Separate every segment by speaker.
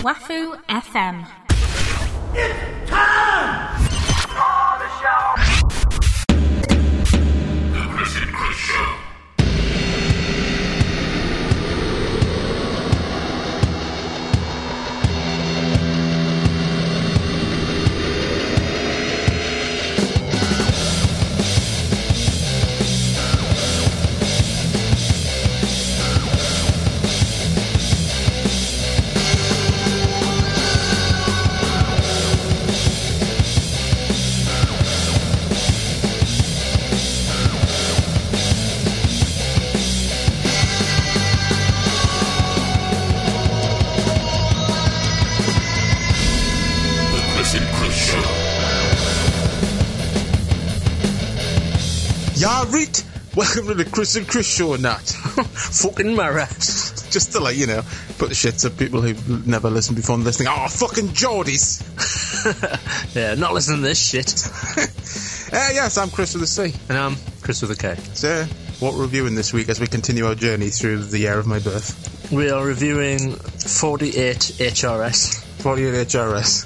Speaker 1: Wafu FM.
Speaker 2: The Chris and Chris Show.
Speaker 3: Y'all reach. Welcome to the Chris and Chris Show or not. fucking Mara. Just to like, you know, put the shit to people who never listened before and listening. Oh, fucking Geordies.
Speaker 4: Yeah, not listening to this shit.
Speaker 3: Uh, yes, I'm Chris with the C.
Speaker 4: And I'm Chris with a K.
Speaker 3: So, what we're reviewing this week as we continue our journey through the year of my birth?
Speaker 4: We are reviewing 48 HRS,
Speaker 3: 48 HRS.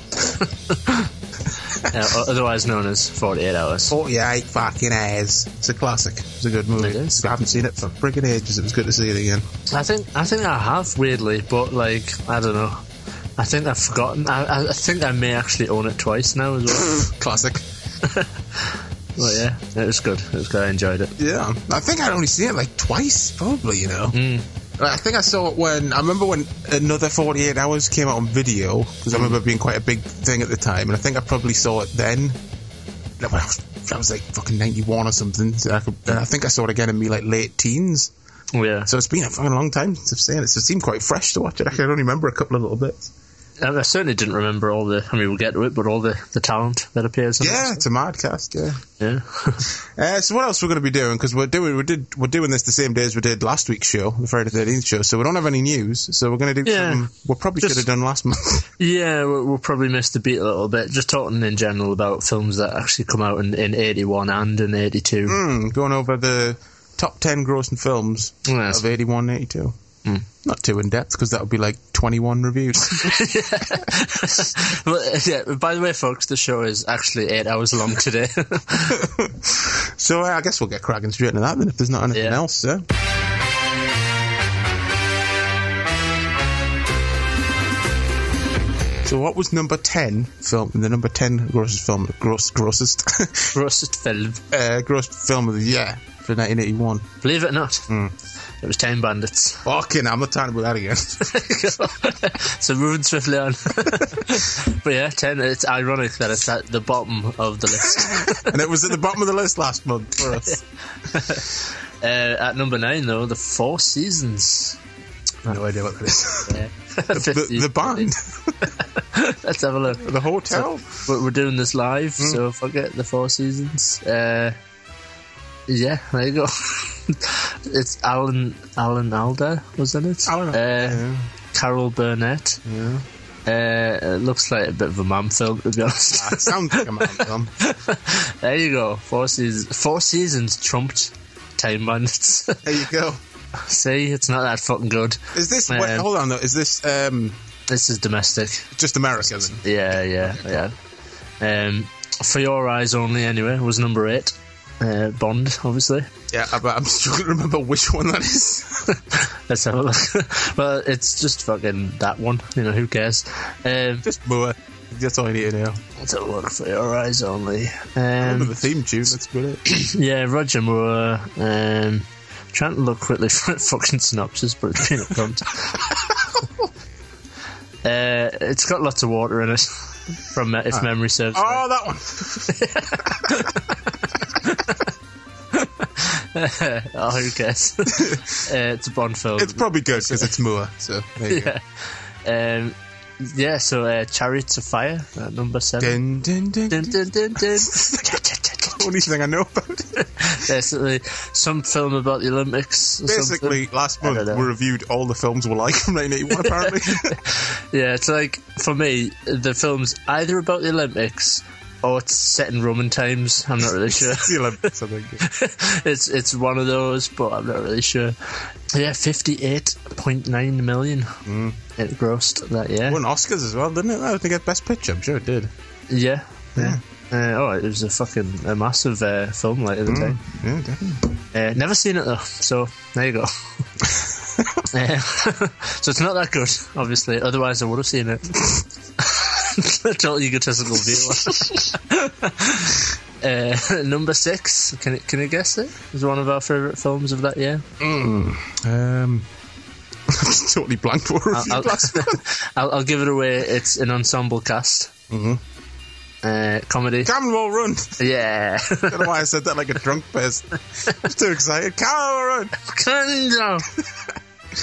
Speaker 4: uh, o- otherwise known as 48 Hours.
Speaker 3: 48 fucking hours. It's a classic. It's a good movie.
Speaker 4: It is.
Speaker 3: I haven't seen it for friggin' ages. It was good to see it again.
Speaker 4: I think I think I have weirdly, but like I don't know. I think I've forgotten. I, I- I think I may actually own it twice now as well.
Speaker 3: Classic.
Speaker 4: but yeah, it was good. It was good. I enjoyed it.
Speaker 3: Yeah, I think I'd only seen it like twice, probably. You know, I think I saw it when I remember when another Forty Eight Hours came out on video because I remember it being quite a big thing at the time, and I think I probably saw it then. Like, When I was, I was like fucking ninety one or something, so I could, and I think I saw it again in me like late teens.
Speaker 4: Yeah.
Speaker 3: So it's been a fucking long time since I've seen it. So it seemed quite fresh to watch it. I can only remember a couple of little bits.
Speaker 4: I, I certainly didn't remember all the. I mean, we'll get to it, but all the, the talent that appears. In
Speaker 3: Yeah, it's a mad cast. Yeah.
Speaker 4: It. Yeah.
Speaker 3: Uh, so what else we're going to be doing? Because we're doing we did we're doing this the same day as we did last week's show, the Friday Thirteenth show. So we don't have any news. So we're going to do
Speaker 4: Yeah.
Speaker 3: something we probably
Speaker 4: Just-
Speaker 3: should have done last month.
Speaker 4: Yeah, we'll, we'll probably miss the beat a little bit. Just talking in general about films that actually come out in, in 81 and in 82.
Speaker 3: Hmm, going over the top ten grossing films
Speaker 4: Yes. Hmm.
Speaker 3: of 81, 82. Not too in depth because that would be like twenty one reviews.
Speaker 4: But, yeah, by the way, folks, the show is actually eight hours long today.
Speaker 3: so uh, I guess we'll get cracking straight into that then if there's not anything
Speaker 4: Yeah.
Speaker 3: else. Yeah. So what was number ten film? The number ten grossest film, gross grossest
Speaker 4: Roasted film.
Speaker 3: uh, gross film of the year for 1981.
Speaker 4: Believe it or not,
Speaker 3: Mm.
Speaker 4: it was Time Bandits.
Speaker 3: Fucking, I'm not talking about that again.
Speaker 4: so moving swiftly on. but yeah, 10, it's ironic that it's at the bottom of the list.
Speaker 3: and it was at the bottom of the list last month for us.
Speaker 4: Uh, at number nine, though, The Four Seasons.
Speaker 3: no idea what that is.
Speaker 4: Yeah.
Speaker 3: The, the band,
Speaker 4: Let's have a look.
Speaker 3: the hotel.
Speaker 4: But we're doing this live,
Speaker 3: Hmm.
Speaker 4: so fuck it, the Four Seasons. Uh, yeah, there you go. it's Alan Alan Alda, was in it?
Speaker 3: Alan Alda,
Speaker 4: Uh, Carol Burnett. Uh, it looks like a bit of a mum film, to be honest.
Speaker 3: That Ah, sounds like a man film.
Speaker 4: there you go. Four seasons. Four seasons trumped Time Bandits.
Speaker 3: There you go.
Speaker 4: See, it's not that fucking good.
Speaker 3: Is this?
Speaker 4: Man.
Speaker 3: Wait, hold on though. Is this um,
Speaker 4: This is domestic.
Speaker 3: just America? Then?
Speaker 4: Yeah, yeah, yeah. Um, For Your Eyes Only, anyway, was number eight. Uh, Bond, obviously.
Speaker 3: Yeah, I- but I'm struggling to remember which one that is.
Speaker 4: Let's have a look. well, it's just fucking that one. You know, who cares? Um,
Speaker 3: Just Moa. That's all I need to know.
Speaker 4: let's have a look for your eyes only.
Speaker 3: I remember
Speaker 4: Um,
Speaker 3: the theme tune. That's good.
Speaker 4: yeah, Roger Moore. Um, trying to look quickly for a fucking synopsis, but it's been pumped. uh, it's got lots of water in it, from me- if memory serves.
Speaker 3: Oh, that one.
Speaker 4: oh, who cares? uh, it's a Bond film.
Speaker 3: It's probably good because it's Moore. So there you go.
Speaker 4: yeah. Um, yeah, so uh, Chariots of Fire at number seven.
Speaker 3: Dun, dun, dun,
Speaker 4: Dun,
Speaker 3: dun.
Speaker 4: dun, dun, dun.
Speaker 3: Only thing I know about it.
Speaker 4: Basically, some film about the Olympics. Or
Speaker 3: Basically,
Speaker 4: something.
Speaker 3: last
Speaker 4: I don't
Speaker 3: month
Speaker 4: know.
Speaker 3: we reviewed all the films we like from 1981. Apparently,
Speaker 4: yeah, it's like for me, the film's either about the Olympics or it's set in Roman times. I'm not really sure.
Speaker 3: It's the Olympics, I think.
Speaker 4: it's it's one of those, but I'm not really sure. Yeah, fifty-eight point nine million it grossed that year.
Speaker 3: Won Oscars as Mm. well, didn't it? I think it got Best Picture. I'm sure it did.
Speaker 4: Yeah, yeah. Uh, oh, it was a fucking a massive uh, film like at the
Speaker 3: Mm.
Speaker 4: time.
Speaker 3: Yeah, definitely.
Speaker 4: Uh, never seen it though, so there you go. Uh, so it's not that good, obviously. Otherwise, I would have seen it. Total egotistical viewer. uh, number six. Can it, can you guess it? It was one of our favourite films of that year.
Speaker 3: Um, I'm just totally blank for a review.
Speaker 4: I'll, I'll, I'll give it away. It's an ensemble cast. Mm-hmm. Uh, comedy.
Speaker 3: Camel run.
Speaker 4: Yeah.
Speaker 3: I don't know why I said that like a drunk person. I'm too excited. Camel run.
Speaker 4: Cannonball.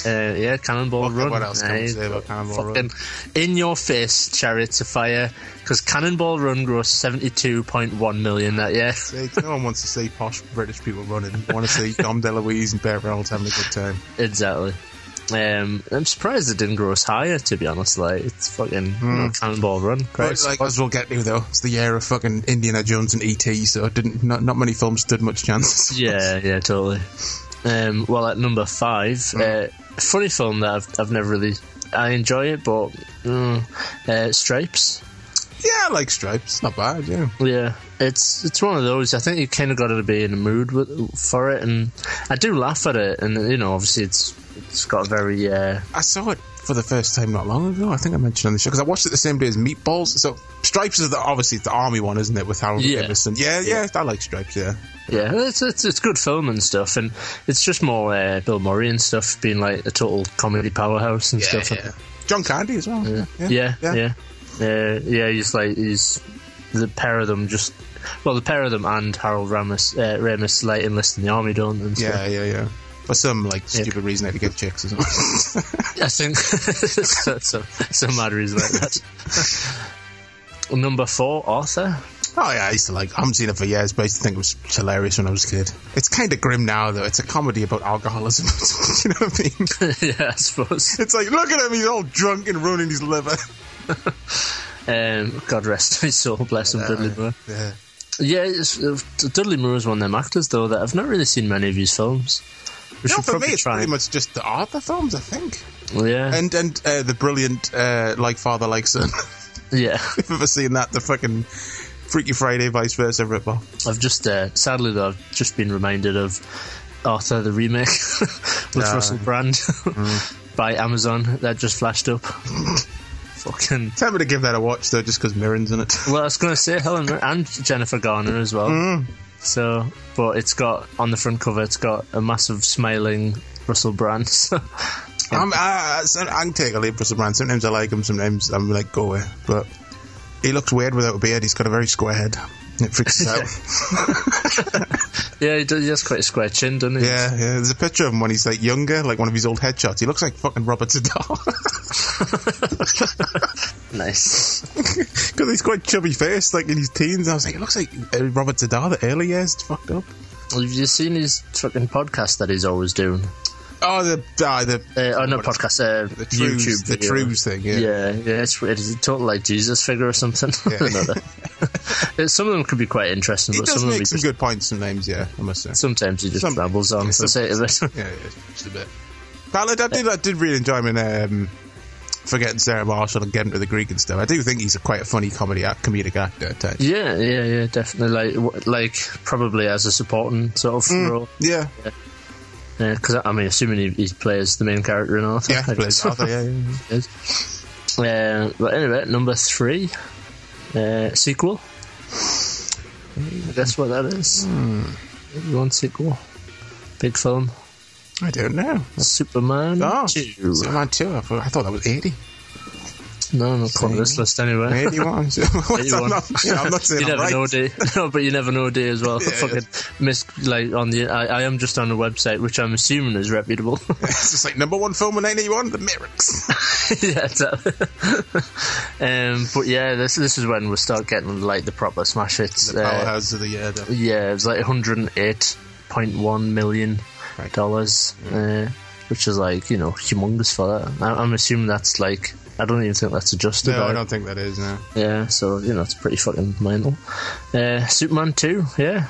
Speaker 4: uh, yeah, Cannonball
Speaker 3: What-
Speaker 4: Run.
Speaker 3: what else can we
Speaker 4: Aye,
Speaker 3: say about Cannonball Run?
Speaker 4: fucking In your face, Chariots of Fire, because Cannonball Run grossed 72.1 million that year.
Speaker 3: Like, no one wants to see posh British people running. You want to see Dom DeLuise and Burt Reynolds having a good time.
Speaker 4: Exactly. Um, I'm surprised it didn't gross higher, to be honest. Like, it's fucking you
Speaker 3: Hmm.
Speaker 4: know, Cannonball Run.
Speaker 3: But
Speaker 4: Christ.
Speaker 3: like, as we'll get to though, it's the year of fucking Indiana Jones and ET, so it didn't not, not many films stood much chance.
Speaker 4: Yeah, yeah, totally. Um, well, at number five,
Speaker 3: Hmm.
Speaker 4: uh, funny film that I've, I've never really. I enjoy it, but mm, uh, Stripes.
Speaker 3: Yeah, I like Stripes, not bad. Yeah,
Speaker 4: Yeah, it's it's one of those. I think you kind of got to be in the mood with, for it, and I do laugh at it. And you know, obviously, it's it's got a very uh,
Speaker 3: I saw it for the first time not long ago. I think I mentioned on the show because I watched it the same day as Meatballs. So Stripes is the obviously the army one, isn't it? With Harold
Speaker 4: Yeah.
Speaker 3: Emerson. Yeah, yeah, I like Stripes. Yeah,
Speaker 4: yeah, it's, it's it's good film and stuff, and it's just more uh, Bill Murray and stuff being like a total comedy powerhouse and stuff.
Speaker 3: John Candy as well. Yeah,
Speaker 4: yeah, yeah, yeah. Uh, yeah he's like he's the pair of them just well, the pair of them and Harold Ramis uh, Ramis like enlist in the army, don't they? and stuff.
Speaker 3: yeah, yeah, yeah. For some like stupid reason, they had to get chicks or something.
Speaker 4: I think so, so, some mad reason like that. Number four, Arthur.
Speaker 3: Oh yeah, I used to like. I haven't seen it for years, but I used to think it was hilarious when I was a kid. It's kind of grim now, though. It's a comedy about alcoholism. you know what I mean?
Speaker 4: yeah, I suppose.
Speaker 3: It's like, look at him. He's all drunk and ruining his liver.
Speaker 4: Um, God rest his soul, bless him, Dudley Moore.
Speaker 3: Yeah.
Speaker 4: Yeah, it's, uh, Dudley Moore is one of them actors though that I've not really seen many of his films. We
Speaker 3: No,
Speaker 4: should
Speaker 3: for me,
Speaker 4: probably
Speaker 3: it's
Speaker 4: try.
Speaker 3: pretty much just the Arthur films, I think,
Speaker 4: yeah,
Speaker 3: and and uh, the brilliant uh, like father like son.
Speaker 4: yeah.
Speaker 3: if I've ever seen that, the fucking Freaky Friday vice versa ripoff.
Speaker 4: I've just uh, sadly though I've just been reminded of Arthur the remake with
Speaker 3: Ah.
Speaker 4: Russell Brand by Amazon that just flashed up. Fucking.
Speaker 3: Tell me to give that a watch though, just because Mirren's in it.
Speaker 4: Well, I was going to say Helen Mir- and Jennifer Garner as well.
Speaker 3: Hmm.
Speaker 4: So, but it's got on the front cover, it's got a massive smiling Russell Brand. So,
Speaker 3: I'm, I, I, so- I can take a leap for some man. Sometimes I like him, sometimes I'm like, go away. But he looks weird without a beard. He's got a very square head. It freaks us out.
Speaker 4: yeah, he, does, he has quite a square chin, doesn't he?
Speaker 3: Yeah, yeah. There's a picture of him when he's like younger, like one of his old headshots. He looks like fucking Robert Siddall.
Speaker 4: Nice.
Speaker 3: Because he's quite chubby faced, like in his teens. I was like, it looks like uh, Robert Siddall, the early years. It's fucked up.
Speaker 4: Well, have you seen his fucking podcast that he's always doing?
Speaker 3: Oh, the, ah, the,
Speaker 4: Uh, oh, no, podcast. Uh,
Speaker 3: the trues,
Speaker 4: YouTube.
Speaker 3: the
Speaker 4: video.
Speaker 3: trues thing, yeah.
Speaker 4: Yeah, yeah, it's weird. He's a total like Jesus figure or something.
Speaker 3: Yeah.
Speaker 4: I don't know. Uh, some of them could be quite interesting,
Speaker 3: He
Speaker 4: but
Speaker 3: does
Speaker 4: some of them he
Speaker 3: make some
Speaker 4: just,
Speaker 3: good points sometimes, yeah, I must say.
Speaker 4: sometimes he just
Speaker 3: some-
Speaker 4: rambles on for the sake of it.
Speaker 3: Yeah, yeah, just a bit. But I did, I did, I did really enjoy him in um, Forgetting Sarah Marshall and Getting to the Greek and stuff. I do think he's a quite a funny comedy act, comedic actor at times.
Speaker 4: Yeah, yeah, yeah, definitely. Like, w- like probably as a supporting sort of
Speaker 3: Mm.
Speaker 4: role.
Speaker 3: Yeah,
Speaker 4: Because I mean, assuming he, he plays the main character in Arthur.
Speaker 3: yeah,
Speaker 4: I
Speaker 3: he plays
Speaker 4: guess.
Speaker 3: Arthur, yeah, yeah.
Speaker 4: Uh, but anyway, number three, uh, sequel. Guess what that is?
Speaker 3: Hmm.
Speaker 4: You want sequel? Big film.
Speaker 3: yeah. I don't know.
Speaker 4: Superman
Speaker 3: Oh,
Speaker 4: 2.
Speaker 3: Superman 2. I thought, I thought that was 80.
Speaker 4: No, not on this list anyway.
Speaker 3: 81. So, I'm, not, you know, I'm not saying
Speaker 4: you
Speaker 3: I'm
Speaker 4: never
Speaker 3: right.
Speaker 4: know, do you? no, but you never know, do you, as well?
Speaker 3: Yeah, yeah.
Speaker 4: Fucking miss like on the. I, I am just on a website which I'm assuming is reputable.
Speaker 3: It's just like number one film in 91, The Matrix.
Speaker 4: yeah, exactly. um, but yeah, this this is when we start getting like the proper smash hits.
Speaker 3: The
Speaker 4: Uh,
Speaker 3: powerhouse of the year. though.
Speaker 4: yeah, it was like 108.1 million
Speaker 3: Right.
Speaker 4: dollars, uh, which is like you know humongous for that. I, I'm assuming that's like I don't even think that's adjusted.
Speaker 3: No, I
Speaker 4: right?
Speaker 3: don't think that is, no.
Speaker 4: Yeah, so you know it's pretty fucking mental. Uh, Superman two, yeah,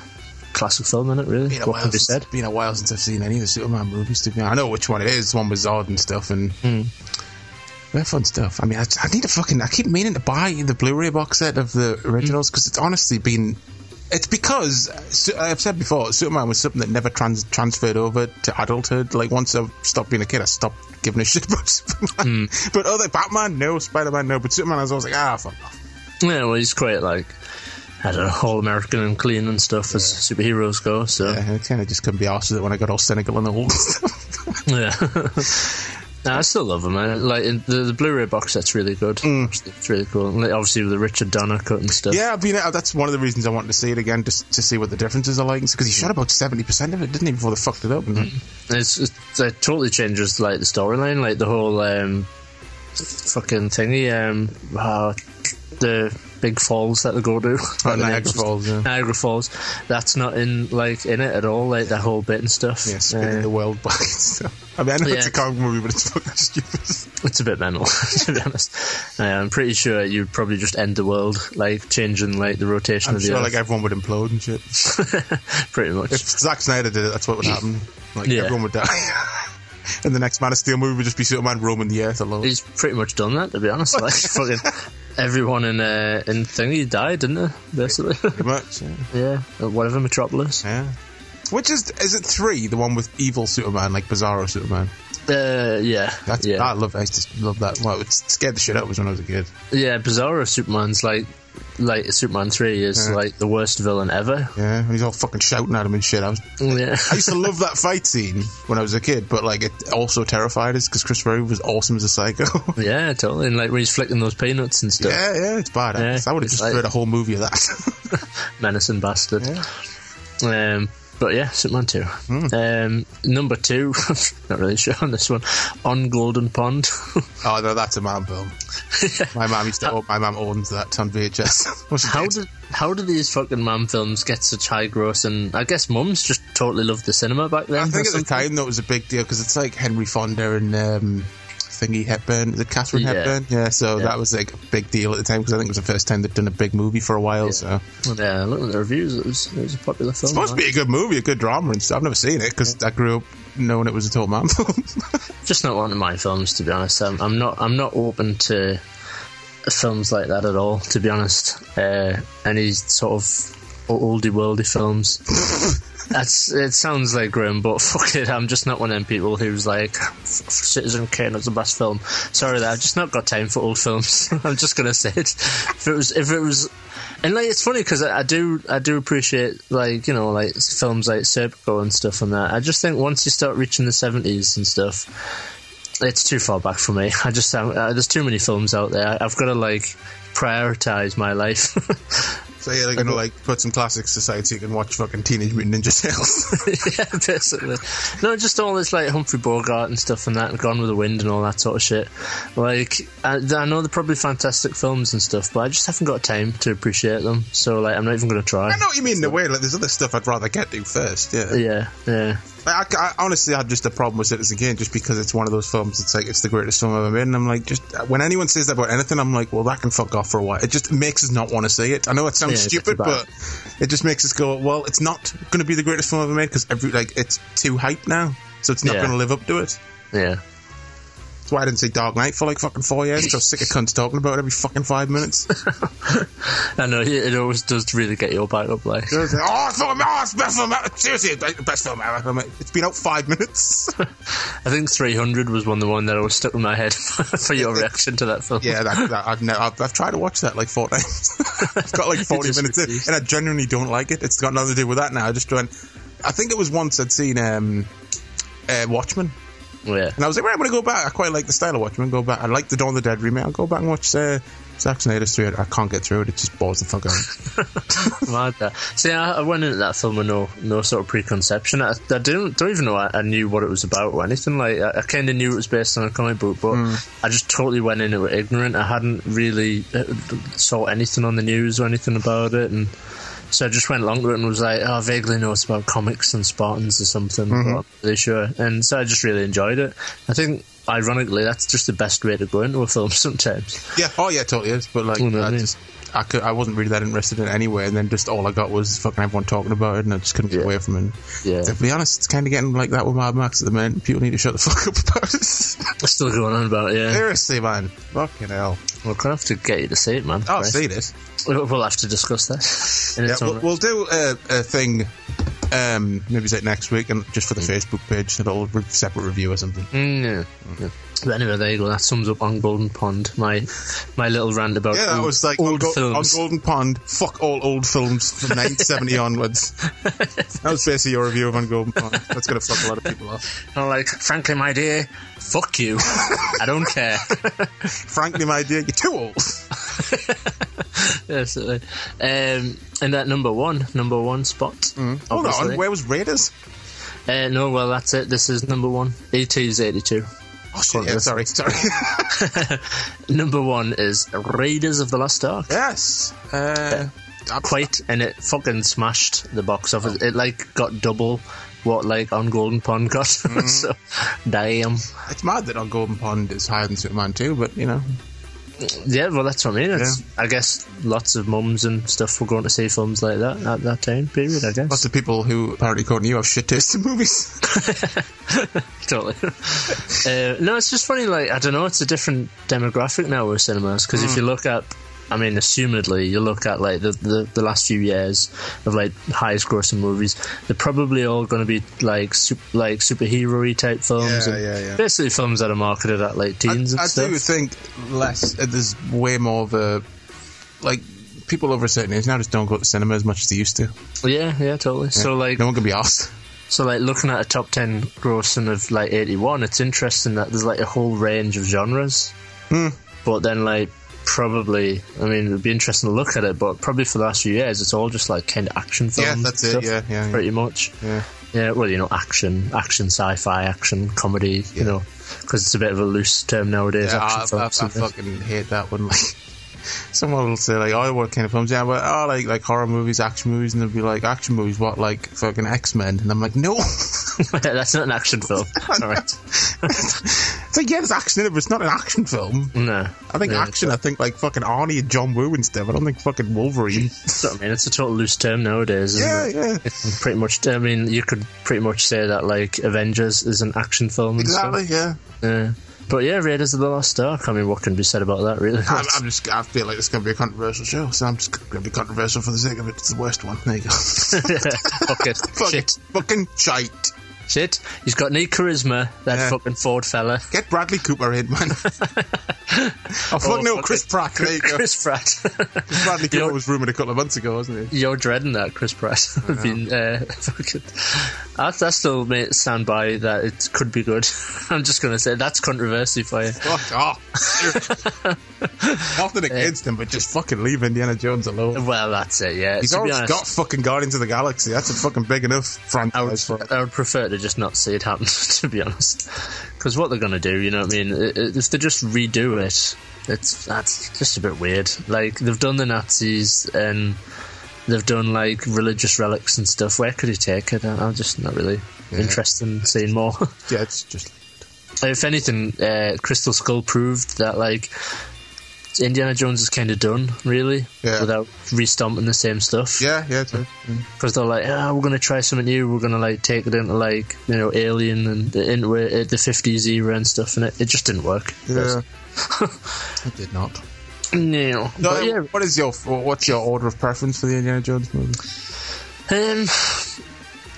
Speaker 4: classic film in it really.
Speaker 3: Been a,
Speaker 4: What
Speaker 3: while
Speaker 4: can be
Speaker 3: since,
Speaker 4: said?
Speaker 3: been a while since I've seen any of the Superman movies, to be honest. I know which one it is. One with Zod and stuff, and they're fun stuff. I mean, I, I need to fucking. I keep meaning to buy the Blu-ray box set of the originals because it's honestly been. It's because uh, Su- I've said before, Superman was something that never trans- transferred over to adulthood. Like once I stopped being a kid, I stopped giving a shit about Superman. But other Batman, no. Spider-Man, no. But Superman, I was always like, ah, fuck off.
Speaker 4: Yeah, well he's quite like I don't know, all American and clean and stuff as superheroes go. So yeah,
Speaker 3: Yeah, I kind of just couldn't be arsed with it when I got all cynical and old.
Speaker 4: Nah, I still love him. Man. Like in- the, the Blu-ray box set's really good. It's really cool. And, like, obviously with the Richard Donner cut and stuff.
Speaker 3: Mm. Yeah, I mean uh, that's one of the reasons I wanted to see it again, just to see what the differences are like. Because he shot about seventy percent of it, didn't he? Before they fucked it up. And
Speaker 4: it's, it's it totally changes like the storyline, like the whole um, fucking thingy. Um, uh, the big falls that they go to.
Speaker 3: Oh, Niagara Falls, yeah.
Speaker 4: Niagara Falls. That's not in like in it at all. Like that whole bit and stuff.
Speaker 3: yeah, spinning
Speaker 4: Uh,
Speaker 3: the world back. and stuff. I mean, I know it's a
Speaker 4: Yeah.
Speaker 3: comic movie, but it's fucking stupid.
Speaker 4: it's a bit mental, to be honest. Uh, I'm pretty sure you'd probably just end the world, like changing like the rotation
Speaker 3: I'm
Speaker 4: of the
Speaker 3: sure
Speaker 4: Earth,
Speaker 3: like everyone would implode and shit.
Speaker 4: pretty much.
Speaker 3: If Zack Snyder did it, that's what would happen. Like
Speaker 4: Yeah.
Speaker 3: everyone would die. and the next Man of Steel movie would just be Superman roaming the earth alone.
Speaker 4: He's pretty much done that, to be honest. Like fucking everyone in uh, in thingy died, didn't they? Basically.
Speaker 3: Pretty much. Yeah.
Speaker 4: Yeah, uh, whatever Metropolis.
Speaker 3: yeah. Which is is it three? The one with evil Superman, like Bizarro Superman.
Speaker 4: Uh, yeah,
Speaker 3: That's
Speaker 4: yeah,
Speaker 3: I love. I just love that. Well, it scared the shit out of us when I was a kid.
Speaker 4: yeah. Bizarro Superman's like, like Superman three is
Speaker 3: Yeah.
Speaker 4: like the worst villain ever.
Speaker 3: Yeah, and he's all fucking shouting at him and shit. I was
Speaker 4: Yeah,
Speaker 3: I used to love that fight scene when I was a kid, but like it also terrified us because Chris Reeve was awesome as a psycho.
Speaker 4: yeah, totally. And like when he's flicking those peanuts and stuff,
Speaker 3: yeah, yeah, it's badass.
Speaker 4: Yeah,
Speaker 3: I would have
Speaker 4: it's
Speaker 3: just
Speaker 4: like-
Speaker 3: read a whole movie of that.
Speaker 4: menacing bastard. Um, but yeah, Superman two.
Speaker 3: Hmm.
Speaker 4: Um, number two, not really sure on this one. On Golden Pond.
Speaker 3: oh no, that's a man film. My mom used to. Oh, my mom owns that on VHS. Well, she
Speaker 4: How did how do these fucking man films get such high gross? And I guess mums just totally loved the cinema back then.
Speaker 3: I think
Speaker 4: or
Speaker 3: at the
Speaker 4: something.
Speaker 3: time that was a big deal because it's like Henry Fonda and um, Thingy Hepburn, the Catherine
Speaker 4: Yeah.
Speaker 3: Hepburn. Yeah, so that was like a big deal at the time because I think it was the first time they'd done a big movie for a while. So
Speaker 4: yeah, looking at the reviews, it was, it was a popular film.
Speaker 3: supposed to
Speaker 4: right?
Speaker 3: be a good movie, a good drama and stuff. I've never seen it because I grew up knowing it was a total man film.
Speaker 4: just not one of my films to be honest I'm, I'm not i'm not open to films like that at all to be honest uh any sort of oldie worldy films that's it sounds like grim but fuck it i'm just not one of them people who's like citizen kane is the best film sorry that i've just not got time for old films i'm just gonna say it if it was if it was and like it's funny because I, I do I do appreciate like you know like films like Serpico and stuff and that. I just think once you start reaching the seventies and stuff, it's too far back for me. I just haven't- uh, there's too many films out there. I've got to like prioritize my life.
Speaker 3: So yeah, they're gonna like put some classics aside so you can watch fucking Teenage Mutant Ninja Turtles.
Speaker 4: yeah, basically. No, just all this like Humphrey Bogart and stuff and that, and Gone with the Wind and all that sort of shit. Like, I, I know they're probably fantastic films and stuff, but I just haven't got time to appreciate them. So like, I'm not even going to try.
Speaker 3: I know what you mean in a way. Like there's other stuff I'd rather get to first. Yeah.
Speaker 4: Yeah, yeah.
Speaker 3: Like, I, I honestly had just a problem with Citizen Kane just because it's one of those films. It's like it's the greatest film I've ever made. And I'm like, just when anyone says that about anything, I'm like, well, that can fuck off for a while. It just makes us not want to see it. I know it sounds
Speaker 4: Yeah, it's
Speaker 3: stupid,
Speaker 4: bad.
Speaker 3: but it just makes us go, well, it's not going to be the greatest film I've ever made because every like it's too hype now, so it's not
Speaker 4: Yeah.
Speaker 3: going to live up to it.
Speaker 4: Yeah.
Speaker 3: That's why I didn't see Dark Knight for like fucking four years. 'cause I was sick of cunts talking about it every fucking five minutes.
Speaker 4: I know it it always does really get your back up, like
Speaker 3: It's like, oh, it's fucking- oh, it's the best film ever. Seriously, it's the best film ever. I'm like, it's been out five minutes.
Speaker 4: I think 300 was one the one that always stuck in my head for your reaction to that film.
Speaker 3: yeah, that, that, I've, never, I've, I've tried to watch that like four times. I've got like 40
Speaker 4: just
Speaker 3: minutes in,
Speaker 4: refused.
Speaker 3: and I genuinely don't like it. It's got nothing to do with that now. I just went, I think it was once I'd seen um, uh, Watchmen.
Speaker 4: Yeah.
Speaker 3: And I was like, right, I'm going to go back. I quite like the style of Watchmen. Go back. I like the Dawn of the Dead remake. I'll go back and watch uh, Zack Snyder's through it. I can't get through it. It just bores the fuck out of me.
Speaker 4: Mad that. See, I, I went into that film with no no sort of preconception. I, I didn't don't even know I, I knew what it was about or anything. Like I, I kind of knew it was based on a comic book, but I just totally went into it ignorant. I hadn't really uh, saw anything on the news or anything about it, and so I just went along to it and was like, oh, I vaguely know it's about comics and Spartans or something. But I'm not really sure. And so I just really enjoyed it. I think. Ironically, that's just the best way to go into a film sometimes.
Speaker 3: Yeah. Oh, yeah, it totally is. But, like,
Speaker 4: Oh, no,
Speaker 3: I
Speaker 4: it is.
Speaker 3: just. I, could, I wasn't really that interested in it anyway, and then just all I got was fucking everyone talking about it, and I just couldn't get
Speaker 4: Yeah.
Speaker 3: away from it.
Speaker 4: Yeah.
Speaker 3: To be honest, it's kind of getting like that with Mad Max at the moment. People need to shut the fuck up about it.
Speaker 4: Still going on about, it, yeah.
Speaker 3: Seriously, man. Fucking hell.
Speaker 4: We're going to have to get you to see it, man.
Speaker 3: Oh, I've
Speaker 4: Christ.
Speaker 3: seen it.
Speaker 4: We'll we'll have to discuss that. In
Speaker 3: Yeah,
Speaker 4: its own
Speaker 3: we'll, we'll do a, a thing. Um, maybe it's like next week, and just for the Facebook page, a little re- separate review or something.
Speaker 4: Mm, yeah. yeah. But anyway, there you go. That sums up on Golden Pond. My my little rant about
Speaker 3: Yeah, that
Speaker 4: old,
Speaker 3: was like on,
Speaker 4: old
Speaker 3: Go- on
Speaker 4: films.
Speaker 3: Golden Pond. Fuck all old films from 1970 onwards. That was basically your review of on Golden Pond. That's gonna fuck a lot of people off.
Speaker 4: I'm like, frankly, my dear, fuck you. I don't care.
Speaker 3: Frankly, my dear, you're too old.
Speaker 4: Yes, uh, um, and that number one, number one spot.
Speaker 3: Mm. Hold
Speaker 4: obviously.
Speaker 3: on, where was Raiders?
Speaker 4: Uh, no, well, that's it. This is number one. E ET is 82.
Speaker 3: Oh shit! Yeah, sorry, sorry.
Speaker 4: Number one is Raiders of the Lost Ark.
Speaker 3: yes. Uh, I'm-
Speaker 4: quite and it fucking smashed the box office. It like got double what like on Golden Pond got. so damn.
Speaker 3: It's mad that on Golden Pond is higher than Superman 2, but you know,
Speaker 4: Yeah, well that's what I mean. It's, I guess lots of mums and stuff were going to see films like that at that time period, I guess.
Speaker 3: lots of people who apparently according to you have shit taste in movies.
Speaker 4: totally. uh, no, it's just funny. Like I don't know, it's a different demographic now with cinemas because
Speaker 3: Hmm.
Speaker 4: if you look at, I mean, assumedly you look at like the, the the last few years of like highest grossing movies, they're probably all going to be like su- like superhero-y type films,
Speaker 3: Yeah,
Speaker 4: and
Speaker 3: yeah, yeah.
Speaker 4: basically films that are marketed at like
Speaker 3: I,
Speaker 4: teens and
Speaker 3: I
Speaker 4: stuff.
Speaker 3: do think less. Uh, there's way more of a like people over a certain age now just don't go to cinema as much as they used to.
Speaker 4: yeah, yeah, totally. So like
Speaker 3: no one can be asked.
Speaker 4: So, like, looking at a top 10 grossing of like 81, it's interesting that there's like a whole range of genres.
Speaker 3: Hmm.
Speaker 4: But then, like, probably, I mean, it'd be interesting to look at it, but probably for the last few years, it's all just like kind of action
Speaker 3: Yeah,
Speaker 4: films. and
Speaker 3: that's it,
Speaker 4: stuff,
Speaker 3: yeah, yeah, yeah.
Speaker 4: Pretty much.
Speaker 3: Yeah.
Speaker 4: Yeah, well, you know, action, action sci fi, action comedy, you know, because it's a bit of a loose term nowadays.
Speaker 3: Yeah, I,
Speaker 4: action
Speaker 3: I, I
Speaker 4: films, isn't it?
Speaker 3: fucking hate that one. Like, someone will say like, "Oh, what kind of films?" Yeah, but oh, like like horror movies, action movies, and they'll be like, "Action movies? What? Like fucking X Men?" And I'm like, "No." it's
Speaker 4: that's not an action film. all right.
Speaker 3: like, yeah, there's action in it, but it's not an action film.
Speaker 4: No.
Speaker 3: I think
Speaker 4: Yeah.
Speaker 3: action. I think like fucking Arnie and John Woo and stuff. I don't think fucking Wolverine.
Speaker 4: That's what I mean. It's a total loose term nowadays. Isn't
Speaker 3: yeah,
Speaker 4: it?
Speaker 3: yeah.
Speaker 4: It's pretty much. I mean, you could pretty much say that like Avengers is an action film. and stuff.
Speaker 3: Exactly. Yeah.
Speaker 4: Yeah. But yeah, Raiders of the Lost Ark. I mean, what can be said about that, really?
Speaker 3: I'm, I'm just. I feel like it's going to be a controversial show, so I'm just going to be controversial for the sake of it. It's the worst one. There you go.
Speaker 4: Fuck it.
Speaker 3: Fuck
Speaker 4: Shit.
Speaker 3: it. Fucking shite.
Speaker 4: Shit. He's got no charisma, that
Speaker 3: Yeah.
Speaker 4: fucking Ford fella.
Speaker 3: Get Bradley Cooper in, man. oh fuck
Speaker 4: Oh,
Speaker 3: no,
Speaker 4: fuck
Speaker 3: Chris
Speaker 4: it.
Speaker 3: Pratt. There you go.
Speaker 4: Chris Pratt.
Speaker 3: Bradley Cooper
Speaker 4: You're-
Speaker 3: was rumored a couple of months ago, wasn't he?
Speaker 4: You're dreading that, Chris Pratt. I mean, uh, fucking. I, I still may stand by that it could be good. I'm just going to say that's controversy for you.
Speaker 3: Fuck off. Nothing against him, but just fucking leave Indiana Jones alone.
Speaker 4: Well, that's it, yeah.
Speaker 3: He's
Speaker 4: To be
Speaker 3: already
Speaker 4: honest-
Speaker 3: got fucking Guardians of the Galaxy. That's a fucking big enough
Speaker 4: I would,
Speaker 3: franchise. for him.
Speaker 4: I would prefer to just not see it happen, to be honest. Because what they're going to do, you know what I mean? I- I- If they just redo it, it's that's just a bit weird. Like, they've done the Nazis and they've done, like, religious relics and stuff. Where could he take it? I- I'm just not really interested in seeing more.
Speaker 3: Yeah, it's just
Speaker 4: if anything, uh, Crystal Skull proved that, like, Indiana Jones is kind of done, really,
Speaker 3: Yeah.
Speaker 4: without restomping the same stuff
Speaker 3: yeah, yeah. It's, mm.
Speaker 4: because they're like, ah, we're gonna try something new. We're gonna like take it into like you know Alien and the- into uh, the fifties era and stuff, and it, it just didn't work.
Speaker 3: yeah. I did not.
Speaker 4: No,
Speaker 3: No,
Speaker 4: but yeah,
Speaker 3: What is your what's your order of preference for the Indiana Jones movie?
Speaker 4: um,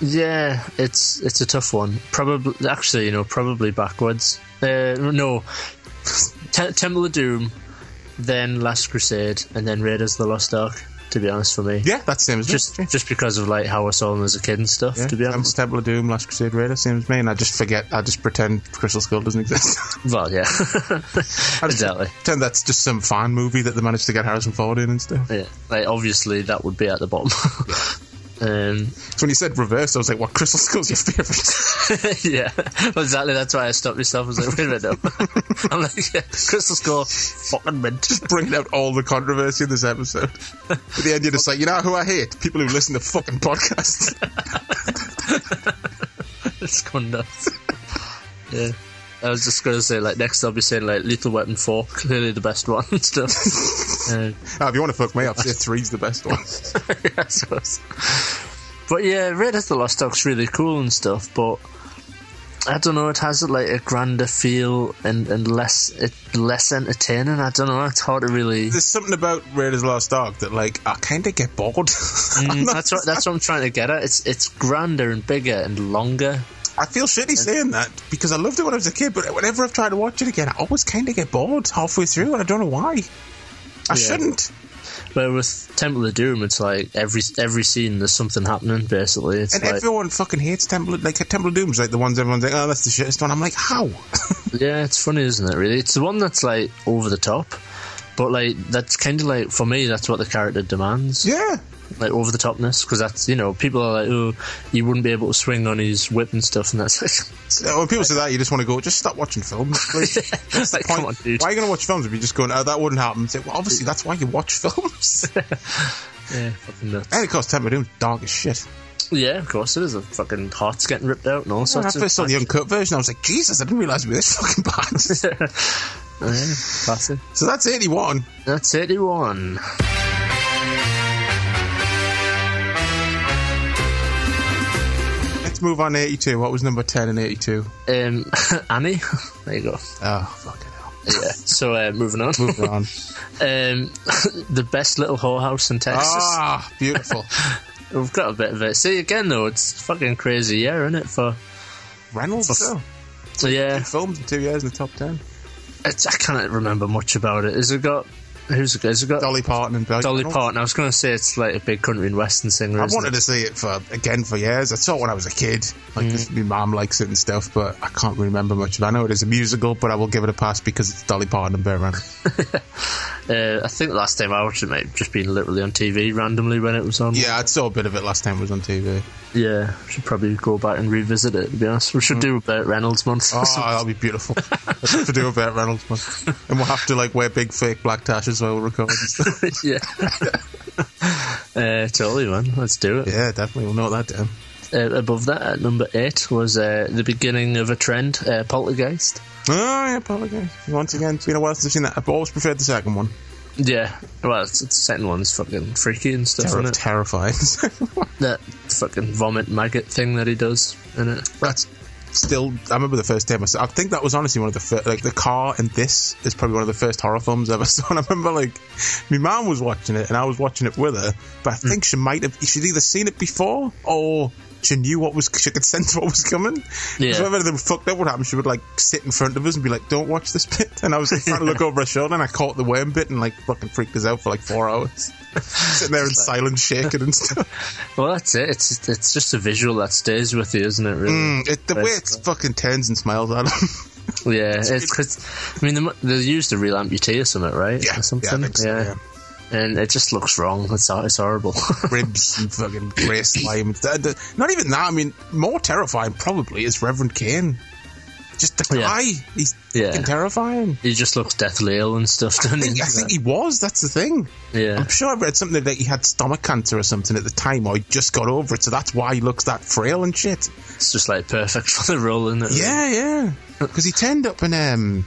Speaker 4: yeah, it's it's a tough one. Probably, actually, you know, probably backwards. Uh, no, T- Temple of Doom, then Last Crusade, and then Raiders of the Lost Ark. to be honest, for me.
Speaker 3: Yeah, that's the same as me.
Speaker 4: Just just because of like how I saw them as a kid and stuff.
Speaker 3: Yeah,
Speaker 4: To be honest,
Speaker 3: Temple of Doom, Last Crusade Raider, same as me, and I just forget, I just pretend Crystal Skull doesn't exist.
Speaker 4: well, yeah,
Speaker 3: I just
Speaker 4: exactly.
Speaker 3: pretend that's just some fan movie that they managed to get Harrison Ford in and stuff.
Speaker 4: Yeah, like obviously that would be at the bottom. um,
Speaker 3: So when you said reverse, I was like, what, Crystal Skull's your favourite?
Speaker 4: yeah, well, exactly. That's why I stopped myself. I was like, wait a minute, no. I'm like, yeah, Crystal Skull, fucking mint.
Speaker 3: Bringing out all the controversy in this episode. At the end, you're just like, you know who I hate? People who listen to fucking podcasts.
Speaker 4: It's gone nuts. yeah. I was just gonna say like next I'll be saying like Lethal Weapon Four, clearly the best one and stuff. uh,
Speaker 3: Oh, if you want to fuck me up, say three's the best one.
Speaker 4: I suppose. But yeah, Raid of the Lost Ark's really cool and stuff, but I don't know, it has like a grander feel and, and less it, less entertaining. I don't know, it's hard to really
Speaker 3: There's something about Raiders of the Lost Ark that, like, I kind of get bored. I'm not-
Speaker 4: Mm, that's what that's what I'm trying to get at. It's it's grander and bigger and longer.
Speaker 3: I feel shitty saying that because I loved it when I was a kid, but whenever I've tried to watch it again, I always kind of get bored halfway through, and I don't know why. I shouldn't.
Speaker 4: But with Temple of Doom, it's like every every scene there's something happening. Basically, it's
Speaker 3: And
Speaker 4: like
Speaker 3: everyone fucking hates Temple. Like Temple of Doom's like the ones everyone's like, oh, that's the shittest one. I'm like, how?
Speaker 4: Yeah, it's funny, isn't it? Really, it's the one that's like over the top, but like that's kind of like for me, that's what the character demands,
Speaker 3: yeah,
Speaker 4: like over the topness, because that's you know people are like, oh, you wouldn't be able to swing on his whip and stuff, and that's like,
Speaker 3: So when people say that, you just want to go, just stop watching films. Please.
Speaker 4: that's like come on, dude.
Speaker 3: Why are you going to watch films if you're just going, oh, that wouldn't happen? It's like, well, obviously that's why you watch films.
Speaker 4: Yeah, fucking nuts.
Speaker 3: and of course, Temple of Doom's dark as shit.
Speaker 4: yeah, of course it is. The fucking heart's getting ripped out and all
Speaker 3: When I
Speaker 4: sorts of.
Speaker 3: first saw the uncut version, I was like, Jesus, I didn't realize it was this fucking bad. so
Speaker 4: Yeah, classic.
Speaker 3: that's 81.
Speaker 4: That's 81.
Speaker 3: Let's move on to 82. What was number 10 and 82?
Speaker 4: Um, Annie, there you go.
Speaker 3: Oh, fucking hell.
Speaker 4: Yeah. So uh, moving on.
Speaker 3: Moving on.
Speaker 4: Um, the best little whorehouse in Texas.
Speaker 3: ah, beautiful.
Speaker 4: We've got a bit of it. See again though, it's fucking crazy year, isn't it? For
Speaker 3: Reynolds, though.
Speaker 4: yeah,
Speaker 3: Films in two years in the top 10.
Speaker 4: it's, I can't remember much about it. Has it got who's it got? Has it got
Speaker 3: Dolly Parton and Burt
Speaker 4: Dolly
Speaker 3: Reynolds.
Speaker 4: Parton? I was going to say it's like a big country and western singer.
Speaker 3: I
Speaker 4: isn't
Speaker 3: wanted to
Speaker 4: it?
Speaker 3: see it for again for years. I saw it when I was a kid. Like this, my mom likes it and stuff, but I can't remember much of. it. I know it is a musical, but I will give it a pass because it's Dolly Parton and Burt Reynolds.
Speaker 4: Uh, I think the last time I watched it might have just been literally on TV randomly when it was on.
Speaker 3: yeah, I saw a bit of it last time it was on TV.
Speaker 4: yeah. Should probably go back and revisit it. To be honest, we should
Speaker 3: Mm.
Speaker 4: do a Burt Reynolds month.
Speaker 3: Oh, that'll be beautiful. I'd have to do a Burt Reynolds one, and we'll have to like wear big fake black tashes while we're recording. and stuff.
Speaker 4: yeah. uh, totally, man. Let's do it.
Speaker 3: yeah, definitely. We'll note that down.
Speaker 4: Uh, above that, at number eight, was uh, the beginning of a trend, uh, Poltergeist.
Speaker 3: Oh yeah, probably. Once again, it's been a while since I've seen that. I've always preferred the second one.
Speaker 4: Yeah, well, it's, it's the second one's fucking freaky and stuff,
Speaker 3: Terri-
Speaker 4: isn't it?
Speaker 3: terrifying.
Speaker 4: That fucking vomit maggot thing that he does, in it?
Speaker 3: That's still. I remember the first time I saw. I think that was honestly one of the first. Like the car and this is probably one of the first horror films I ever saw. And I remember like my mom was watching it and I was watching it with her. But I think she might have. She'd either seen it before or. She knew what was. She could sense what was coming.
Speaker 4: Yeah.
Speaker 3: So if anything fucked up would happen, she would like sit in front of us and be like, "Don't watch this bit." And I was like, trying to look over her shoulder, and I caught the worm bit, and like fucking freaked us out for like four hours, sitting there in silence, shaking and stuff.
Speaker 4: Well, that's it. It's it's just a visual that stays with you, isn't it? Really?
Speaker 3: Mm, it, the way it fucking turns and smiles at him.
Speaker 4: yeah, it's 'cause- I mean, they, mu- they used a real amputee or something, right?
Speaker 3: Yeah,
Speaker 4: or
Speaker 3: yeah, I
Speaker 4: something.
Speaker 3: think so, yeah.
Speaker 4: and it just looks wrong. It's hor- it's horrible.
Speaker 3: ribs and fucking grey slime. The- the- Not even that. I mean, more terrifying probably is Reverend Kane. Just the
Speaker 4: Yeah.
Speaker 3: guy. He's
Speaker 4: Yeah.
Speaker 3: fucking terrifying.
Speaker 4: he just looks deathly ill and stuff, doesn't
Speaker 3: I think,
Speaker 4: he?
Speaker 3: I think he was. That's the thing.
Speaker 4: yeah,
Speaker 3: I'm sure I read something that he had stomach cancer or something at the time, or he just got over it. So that's why he looks that frail and shit.
Speaker 4: it's just like perfect for the role, isn't it?
Speaker 3: Yeah, yeah. Because he turned up in um,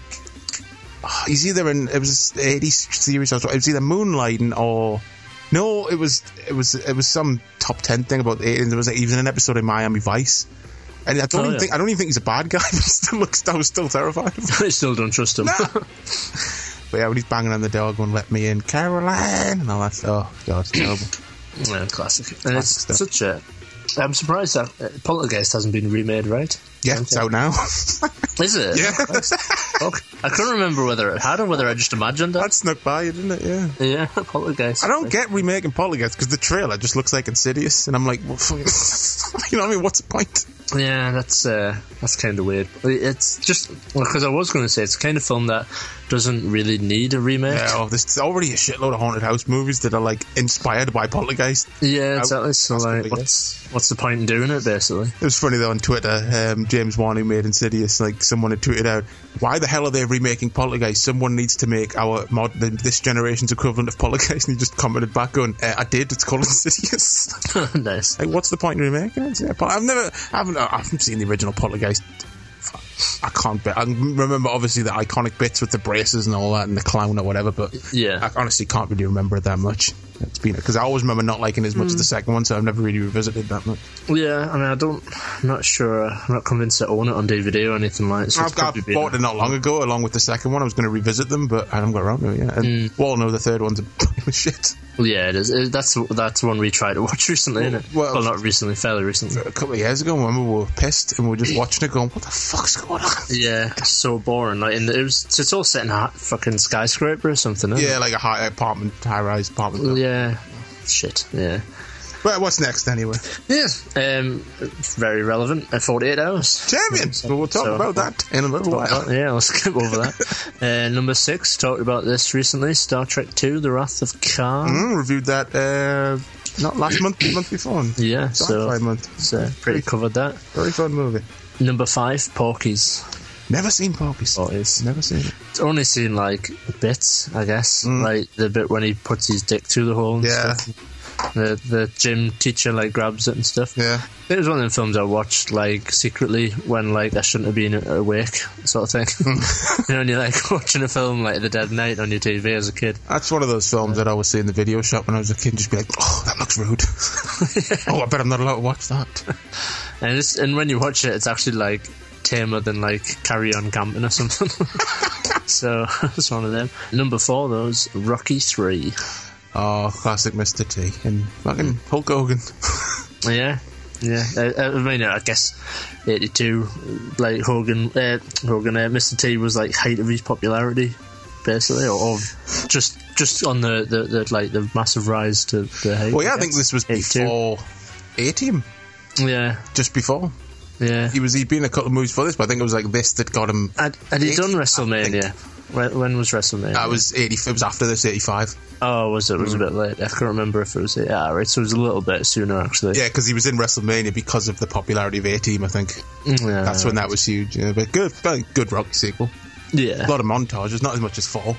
Speaker 3: oh, he's either in it was eighties series or it was either Moonlighting or no, it was it was it was some top ten thing about the eighties. There was like, he was in an episode of Miami Vice, and I don't
Speaker 4: Oh,
Speaker 3: even
Speaker 4: yeah.
Speaker 3: think I don't even think he's a bad guy. But he still looks, I was still terrified. of him.
Speaker 4: I still don't trust him.
Speaker 3: But yeah, when he's banging on the door, going "Let me in, Caroline," and all that. Oh god, it's terrible.
Speaker 4: Yeah, classic. And
Speaker 3: Classic
Speaker 4: it's
Speaker 3: stuff.
Speaker 4: such a I'm surprised that uh, Poltergeist hasn't been remade, right?
Speaker 3: Yeah, it's out now.
Speaker 4: Is it? Oh,
Speaker 3: Yeah.
Speaker 4: Fuck. I couldn't remember whether it had or whether I just imagined
Speaker 3: that
Speaker 4: it.
Speaker 3: snuck by you, didn't it? Yeah.
Speaker 4: Yeah, Poltergeist.
Speaker 3: I don't get remaking Poltergeist because the trailer just looks like Insidious, and I'm like, well, fucking, you know what I mean? What's the point?
Speaker 4: Yeah, that's uh, that's kind of weird. It's just because I was going to say it's the kind of film that doesn't really need a remake.
Speaker 3: Yeah, oh, there's already a shitload of haunted house movies that are like inspired by Poltergeist.
Speaker 4: Yeah, exactly. So
Speaker 3: that's
Speaker 4: like,
Speaker 3: probably
Speaker 4: what's what's the point in doing it? Basically,
Speaker 3: It was funny though on Twitter, um, James Wan who made Insidious, like someone had tweeted out, "Why the hell are they remaking Poltergeist? Someone needs to make our mod the, this generation's equivalent of Poltergeist." And he just commented back, going, uh, "I did. It's called Insidious.
Speaker 4: nice.
Speaker 3: like, what's the point in remaking it? Yeah, Pol- I've never, I haven't, I haven't seen the original Poltergeist." I can't. Be- I remember obviously the iconic bits with the braces and all that, and the clown or whatever. But
Speaker 4: Yeah.
Speaker 3: I honestly can't really remember it that much. It's been because I always remember not liking it as much as the second one, so I've never really revisited that much.
Speaker 4: Yeah, I mean, I don't. I'm not sure. I'm not convinced I own it on DVD or anything like. So
Speaker 3: I've
Speaker 4: it's
Speaker 3: got
Speaker 4: probably been-
Speaker 3: bought it not long ago, along with the second one. I was going to revisit them, but I haven't got around to it yet. And
Speaker 4: Hmm.
Speaker 3: we all know the third one's a pile of shit.
Speaker 4: Yeah, it is. It- that's that's one we tried to watch recently, isn't it?
Speaker 3: Well-
Speaker 4: Well, not recently, fairly recently.
Speaker 3: A couple of years ago, when we were pissed and we were just watching it, going, "What the fuck's going on?"
Speaker 4: Yeah, it's so boring. Like, in the, it was. It's all set in a fucking skyscraper or something. Isn't
Speaker 3: Yeah, like a high apartment, high-rise apartment.
Speaker 4: It?
Speaker 3: building.
Speaker 4: Yeah. Shit. Yeah.
Speaker 3: Right, what's next anyway?
Speaker 4: Yeah. Um. It's very relevant. Uh, Forty-eight hours.
Speaker 3: Champion. But we'll talk
Speaker 4: So-
Speaker 3: about that in a little while.
Speaker 4: Yeah, we'll skip over that. uh, number six, talked about this recently Star Trek 2, The Wrath of Khan.
Speaker 3: Mm, reviewed that uh, not last month, the month before.
Speaker 4: Yeah, so-
Speaker 3: Sci-fi month.
Speaker 4: So, pretty covered that.
Speaker 3: Very fun movie.
Speaker 4: Number five, Porky's.
Speaker 3: Never seen Porky's.
Speaker 4: Porky's.
Speaker 3: Never seen Oh, it.
Speaker 4: It's only seen like bits, I guess. Like the bit when he puts his dick through the hole and
Speaker 3: Mm. Yeah.
Speaker 4: stuff. The, the gym teacher like grabs it and stuff.
Speaker 3: Yeah.
Speaker 4: It was one of them films I watched like secretly when like I shouldn't have been awake, sort of thing. you know, and you're like watching a film like The Dead Night on your TV as a kid.
Speaker 3: That's one of those films that I always see in the video shop when I was a kid and just be like, oh, that looks rude. oh, I bet I'm not allowed to watch that.
Speaker 4: And it's, and when you watch it, it's actually like tamer than like Carry On Camping or something. so it's one of them. Number four, though, is Rocky Three.
Speaker 3: Oh, classic Mr. T and fucking Hulk Hogan.
Speaker 4: Yeah, yeah. Uh, I, I mean, I guess eighty-two, like Hogan, uh, Hogan, uh, Mr. T was like height of his popularity, basically, or, or just just on the, the, the like the massive rise to the height.
Speaker 3: Well, yeah, I think this was
Speaker 4: 82.
Speaker 3: before A-Team.
Speaker 4: Yeah,
Speaker 3: Just before.
Speaker 4: yeah.
Speaker 3: He was, he'd been a couple of movies for this, but I think it was like this that got him.
Speaker 4: Had, had he done
Speaker 3: I
Speaker 4: WrestleMania? When, when was WrestleMania?
Speaker 3: I was Mm. 80, it was after this, 85.
Speaker 4: Oh, was it? It was a bit late. I can't remember if it was. Yeah, right. So it was a little bit sooner, actually.
Speaker 3: Yeah, because he was in WrestleMania because of the popularity of A-Team, I think.
Speaker 4: Mm, Yeah.
Speaker 3: That's when that was huge. Yeah, but good, but good Rocky sequel.
Speaker 4: Yeah.
Speaker 3: A lot of montages, not as much as Fall.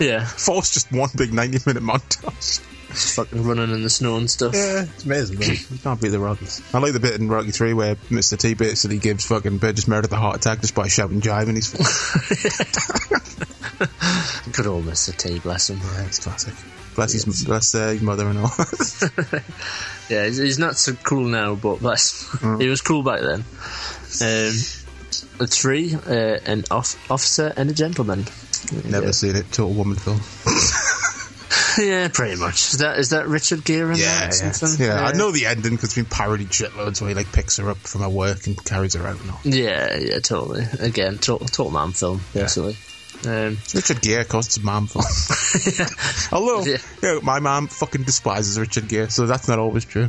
Speaker 4: yeah.
Speaker 3: Fall's just one big 90-minute montage.
Speaker 4: Just fucking running in the snow and stuff.
Speaker 3: Yeah, it's amazing. Man. You can't beat the Rockies. I like the bit in Rocky Three where Mr. T basically gives fucking Burgess Meredith a heart attack just by shouting jive, and he's
Speaker 4: Good old Mr. T, bless him.
Speaker 3: it's classic. Bless his bless uh, his mother and all.
Speaker 4: Yeah, he's, he's not so cool now, but that's,
Speaker 3: Mm.
Speaker 4: he was cool back then. Um, a three, uh, an off, officer and a gentleman.
Speaker 3: Never
Speaker 4: Yeah.
Speaker 3: seen it. Total woman film.
Speaker 4: yeah, pretty much. Is that is that Richard Gere in there? or something?
Speaker 3: yeah. I know the ending because it's been parodied shitloads where he like picks her up from her work and carries her out and all.
Speaker 4: Yeah, yeah, totally. Again, total, total man film, basically. Um,
Speaker 3: It's Richard Gere, of course, it's a mom film. Although
Speaker 4: Yeah.
Speaker 3: you know, my mom fucking despises Richard Gere, so that's not always true.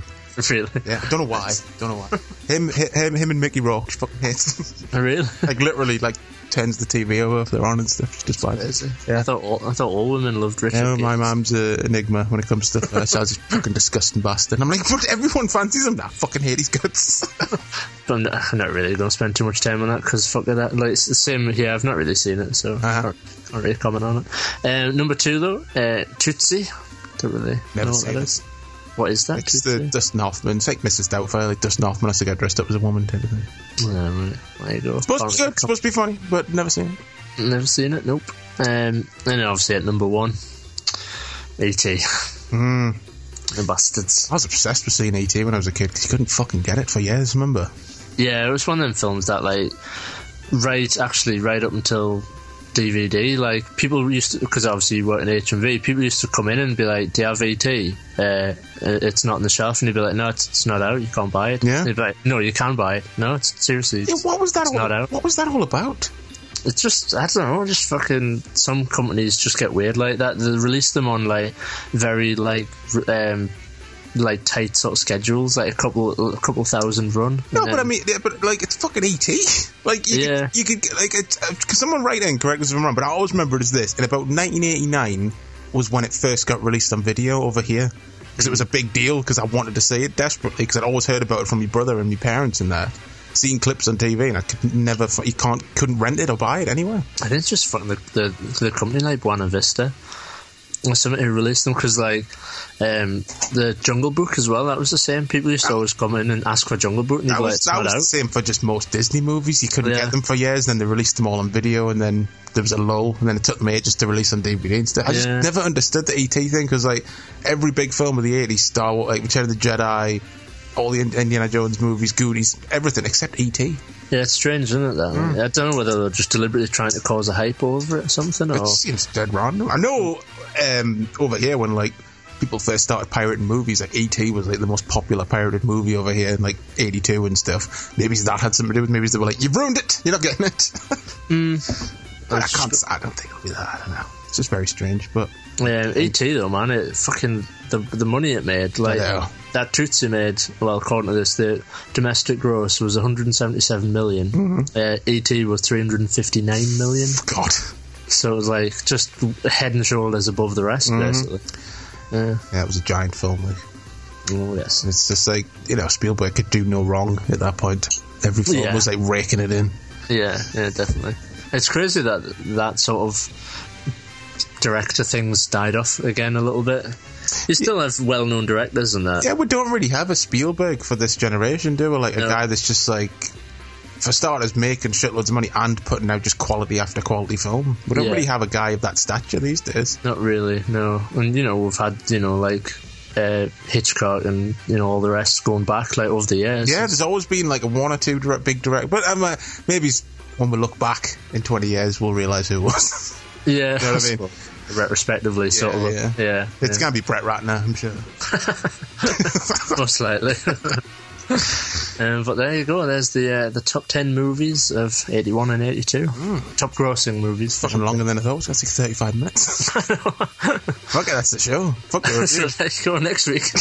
Speaker 4: really,
Speaker 3: Yeah, I don't know why. don't know why. Him, hi- him, him, and Mickey Rourke she fucking hates. him.
Speaker 4: really.
Speaker 3: like literally like turns the TV over if they're on and stuff. Just by it.
Speaker 4: I thought all, I thought all women loved Richard.
Speaker 3: Yeah,
Speaker 4: Gere.
Speaker 3: my mum's a enigma when it comes to stuff. Like that. Sounds like a fucking disgusting bastard. And I'm like, but everyone fancies him. Nah, fucking hate his guts.
Speaker 4: But I'm not, I'm not really going to spend too much time on that because fuck that. Like it's the same. Yeah, I've not really seen it, so
Speaker 3: Uh-huh.
Speaker 4: I can't, can't really comment on it. Um, number two though, uh, Tootsie. Don't really
Speaker 3: Never
Speaker 4: know what
Speaker 3: seen
Speaker 4: that
Speaker 3: it.
Speaker 4: is. What is that?
Speaker 3: It's the Dustin Hoffman. It's like Mrs. Doubtfire. Like Dustin Hoffman has to get dressed up as a woman. Type of thing.
Speaker 4: Yeah, right. There you go.
Speaker 3: Supposed to be
Speaker 4: Apparently,
Speaker 3: good. Supposed to be funny, but never seen it.
Speaker 4: Never seen it. Nope. Um, and then obviously at number one, ET.
Speaker 3: Hmm.
Speaker 4: The bastards.
Speaker 3: I was obsessed with seeing ET when I was a kid 'cause you couldn't fucking get it for years. Remember?
Speaker 4: Yeah, it was one of them films that like right actually right up until DVD. Like people used to, because obviously you work in HMV, people used to come in and be like, "Do you have VT? Uh, it's not on the shelf," and they'd be like, "No, it's, it's not out. You can't buy it."
Speaker 3: Yeah.
Speaker 4: They'd be like, "No, you can buy it. No, it's seriously."
Speaker 3: Yeah,
Speaker 4: It's,
Speaker 3: what was that?
Speaker 4: It's not
Speaker 3: All,
Speaker 4: out.
Speaker 3: what was that all about?
Speaker 4: it's just I don't know. Just fucking some companies just get weird like that. They release them on like very like r- um like tight sort of schedules, like a couple a couple thousand run.
Speaker 3: No,
Speaker 4: and
Speaker 3: but I
Speaker 4: then-
Speaker 3: mean, yeah, but like it's fucking ET. Like you,
Speaker 4: Yeah.
Speaker 3: could, you could get, like it's, uh, someone right in, correct us if I'm wrong, but I always remember it as this. In about 1989 was when it first got released on video over here because it was a big deal because I wanted to see it desperately because I'd always heard about it from my brother and my parents and that. Seeing clips on TV and I could never, f- you can't, couldn't rent it or buy it anywhere.
Speaker 4: I think it's just from the, the the company like Buena Vista or something who released them because like um, the Jungle Book as well. That was the same. People used to always come in and ask for Jungle Book, and you'd
Speaker 3: That
Speaker 4: be like,
Speaker 3: was,
Speaker 4: "It's
Speaker 3: that
Speaker 4: not
Speaker 3: was the
Speaker 4: out."
Speaker 3: same for just most Disney movies. You couldn't
Speaker 4: Yeah.
Speaker 3: get them for years, then they released them all on video, and then there was a lull, and then it took them ages to release on DVD and stuff. I just
Speaker 4: Yeah.
Speaker 3: never understood the ET thing because like every big film of the '80s, Star Wars, like Return of the Jedi, all the In- Indiana Jones movies, Goonies, everything except E ET.
Speaker 4: Yeah, it's strange, isn't it? That
Speaker 3: Hmm.
Speaker 4: I don't know whether they're just deliberately trying to cause a hype over it or something, or
Speaker 3: It seems dead random. I know um, over here when like people first started pirating movies, like ET was like the most popular pirated movie over here in like '82 and stuff. Maybe that had something to do with. it. Maybe they were like, "You've ruined it. You're not getting it." I
Speaker 4: It's
Speaker 3: can't. I don't think it'll be that. I don't know. It's just very strange, but
Speaker 4: Yeah, ET um, E though, man, it fucking the the money it made, like
Speaker 3: know.
Speaker 4: that Tootsie made. Well, according to this, the domestic gross was 177 million.
Speaker 3: Mm-hmm.
Speaker 4: Uh, ET was 359 million,
Speaker 3: God,
Speaker 4: so it was like just head and shoulders above the rest,
Speaker 3: Mm-hmm.
Speaker 4: basically.
Speaker 3: yeah, it was a giant film. Like,
Speaker 4: Oh yes,
Speaker 3: it's just like you know, Spielberg could do no wrong at that point. Every film
Speaker 4: Yeah.
Speaker 3: was like raking it in.
Speaker 4: yeah, yeah, definitely. It's crazy that that sort of director things died off again a little bit. You still have well-known directors and that.
Speaker 3: Yeah, we don't really have a Spielberg for this generation, do we? Like a
Speaker 4: No.
Speaker 3: guy that's just like, for starters, making shitloads of money and putting out just quality after quality film. We don't
Speaker 4: Yeah.
Speaker 3: really have a guy of that stature these days.
Speaker 4: Not really, no. And you know, we've had you know like uh, Hitchcock and you know all the rest going back like over the years.
Speaker 3: Yeah, there's always been like one or two direct, big direct, but um, uh, maybe s- when we look back in 20 years, we'll realize who it was.
Speaker 4: yeah.
Speaker 3: know what I mean?
Speaker 4: Retrospectively, sort of,
Speaker 3: yeah.
Speaker 4: yeah. yeah
Speaker 3: It's going to be Brett Ratner, I'm sure.
Speaker 4: most likely. um, but there you go. There's the uh, the top ten movies of eighty one and eighty two.
Speaker 3: Hmm.
Speaker 4: Top grossing movies.
Speaker 3: Fucking longer than I thought. It was going to take 35 minutes. Fuck it, that's the show. Fuck the
Speaker 4: so
Speaker 3: review.
Speaker 4: let's go next week.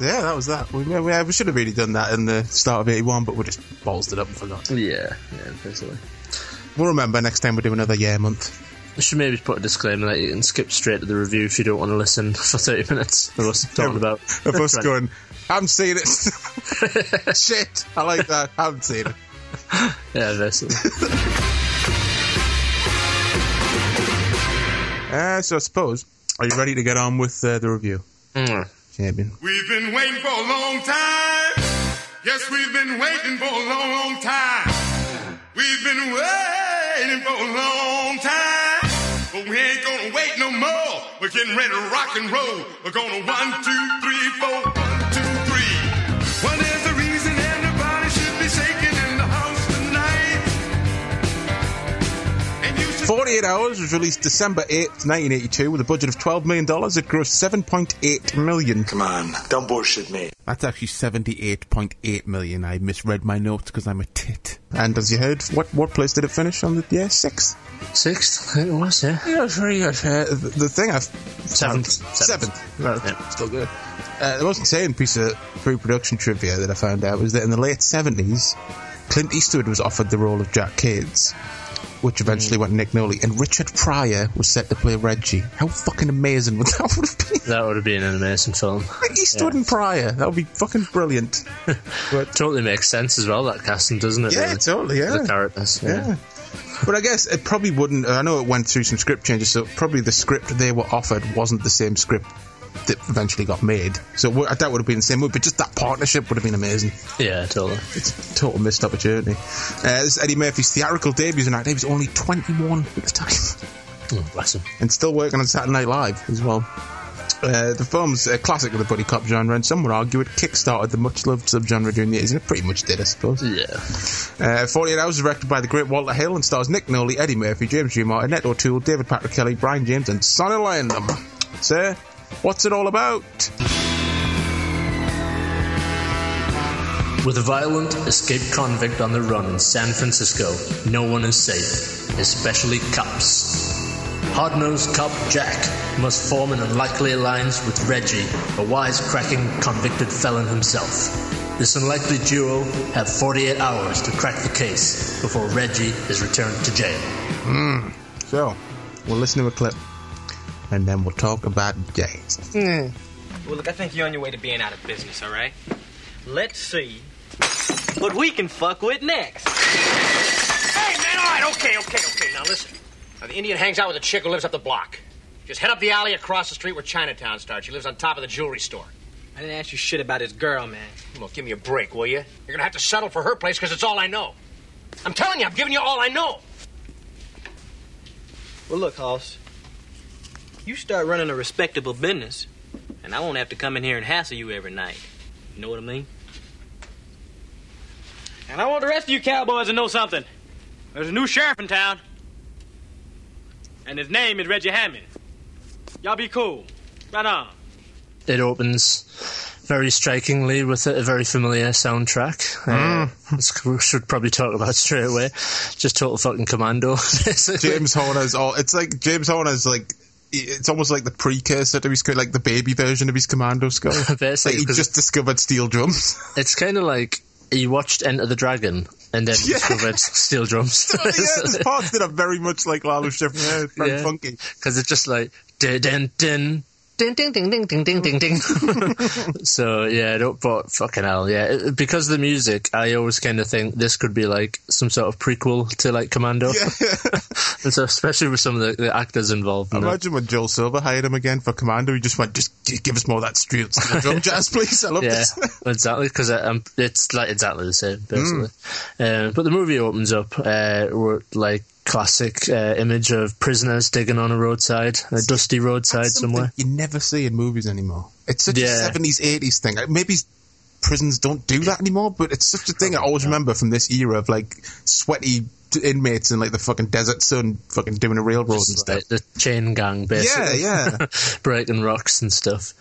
Speaker 3: yeah, that was that. We, we, we should have really done that in the start of 81, but we just ballsed it up and forgot.
Speaker 4: yeah, yeah, basically.
Speaker 3: We'll remember next time we do another year month.
Speaker 4: I should maybe put a disclaimer that you can skip straight to the review if you don't want to listen for thirty minutes of us talking about
Speaker 3: Of us
Speaker 4: Right.
Speaker 3: going, I'm seeing it. Shit, I like that. I haven't seen it.
Speaker 4: Yeah, basically.
Speaker 3: Uh, so I suppose, are you ready to get on with uh, the review?
Speaker 4: Mm.
Speaker 3: Champion.
Speaker 1: We've been waiting for a long time. Yes, we've been waiting for a long, long time. We've been waiting for a long time. But we ain't gonna wait no more. We're getting ready to rock and roll. We're gonna one, two, three, four. One, two, three. Well, there's a reason everybody should be shaking in the house tonight. And you should
Speaker 3: 48 Hours was released December 8th, 1982, with a budget of $12 million. It grossed $7.8 million.
Speaker 5: Come on, don't bullshit me.
Speaker 3: That's actually 78.8 million. I misread my notes because I'm a tit. And as you heard, what, what place did it finish on the, yeah, sixth?
Speaker 4: Sixth, I think it was, yeah.
Speaker 3: Yeah, it's very good. Uh, the, the thing I've...
Speaker 4: Seventh.
Speaker 3: Seventh.
Speaker 4: Right, yeah.
Speaker 3: Still good. Uh, the most insane piece of pre-production trivia that I found out was that in the late 70s, Clint Eastwood was offered the role of Jack Cades, which eventually
Speaker 4: Mm.
Speaker 3: went to Nick Nolte, and Richard Pryor was set to play Reggie. How fucking amazing would that would have been?
Speaker 4: That would have been an amazing film.
Speaker 3: Eastwood and Pryor. That would be fucking brilliant.
Speaker 4: Totally makes sense as well, that casting, doesn't it?
Speaker 3: Yeah,
Speaker 4: really?
Speaker 3: totally, yeah.
Speaker 4: The characters, yeah.
Speaker 3: Yeah. But I guess it probably wouldn't. I know it went through some script changes, so probably the script they were offered wasn't the same script that eventually got made. So wo- that would have been the same movie, but just that partnership would have been amazing.
Speaker 4: Yeah, totally.
Speaker 3: It's a total missed opportunity. Uh, this is Eddie Murphy's theatrical debut tonight. He was only 21 at the time
Speaker 4: Oh, bless him.
Speaker 3: and still working on Saturday Night Live as well. Uh, the film's a classic of the buddy cop genre, and some would argue it kickstarted the much-loved subgenre during the 80s, and it pretty much did, I suppose.
Speaker 4: Yeah.
Speaker 3: Uh, 48 Hours is directed by the great Walter Hill and stars Nick Nolte, Eddie Murphy, James Jr., Annette O'Toole, David Patrick Kelly, Brian James, and Sonny Landham. Sir, what's it all about?
Speaker 4: With a violent, escaped convict on the run in San Francisco, no one is safe, especially cops. Hard nosed cop Jack must form an unlikely alliance with Reggie, a wisecracking convicted felon himself. This unlikely duo have 48 hours to crack the case before Reggie is returned to jail.
Speaker 3: So, we'll listen to a clip, and then we'll talk about James.
Speaker 6: Well, look, I think you're on your way to being out of business, all right? Let's see what we can fuck with next. Hey, man, all right, okay, okay, okay. Now, listen. Now, the Indian hangs out with a chick who lives up the block. Just head up the alley across the street where Chinatown starts. She lives on top of the jewelry store. I didn't ask you shit about his girl, man. Look, give me a break, will you? You're gonna have to settle for her place because it's all I know. I'm telling you, I'm giving you all I know. Well, look, Hoss. You start running a respectable business, and I won't have to come in here and hassle you every night. You know what I mean? And I want the rest of you cowboys to know something. There's a new sheriff in town, and his name is Reggie Hammond. Y'all be cool. Right on.
Speaker 4: it opens very strikingly with a very familiar soundtrack. Uh, which we should probably talk about straight away. Just total fucking commando. basically.
Speaker 3: James Horner's all. It's like James Horner's like. It's almost like the precursor to his like the baby version of his commando skull. like
Speaker 4: Basically,
Speaker 3: he
Speaker 4: 'cause-
Speaker 3: just discovered steel drums.
Speaker 4: It's kind of like you watched Enter the Dragon and then discovered steel drums.
Speaker 3: yeah, there's parts that are very much like Lalo Schifrin. Yeah, it's very
Speaker 4: Yeah.
Speaker 3: funky.
Speaker 4: because it's just like dun dun dun. Ding ding ding ding ding ding ding ding. so yeah, I don't, but fucking hell, yeah. It- because of the music, I always kind of think this could be like some sort of prequel to like Commando. and so especially with some of the, the actors involved. In it.
Speaker 3: Imagine when Joel Silver hired him again for Commando. He just went, just g- give us more of that steel, steel drum jazz, please. I love
Speaker 4: Yeah,
Speaker 3: this.
Speaker 4: exactly. Because um, it's like exactly the same,
Speaker 3: Hmm.
Speaker 4: basically. Uh, but the movie opens up uh, with like classic uh, image of prisoners digging on a roadside, a dusty roadside
Speaker 3: Something
Speaker 4: somewhere.
Speaker 3: you never see in movies anymore. It's such
Speaker 4: Yeah.
Speaker 3: a 70s, 80s thing. Like, Maybe prisons don't do that anymore, but it's such a thing I always remember from this era of like sweaty t- inmates in like the fucking desert sun fucking doing a railroad and stuff.
Speaker 4: Like the chain gang,
Speaker 3: Yeah,
Speaker 4: basically.
Speaker 3: yeah.
Speaker 4: breaking rocks and stuff.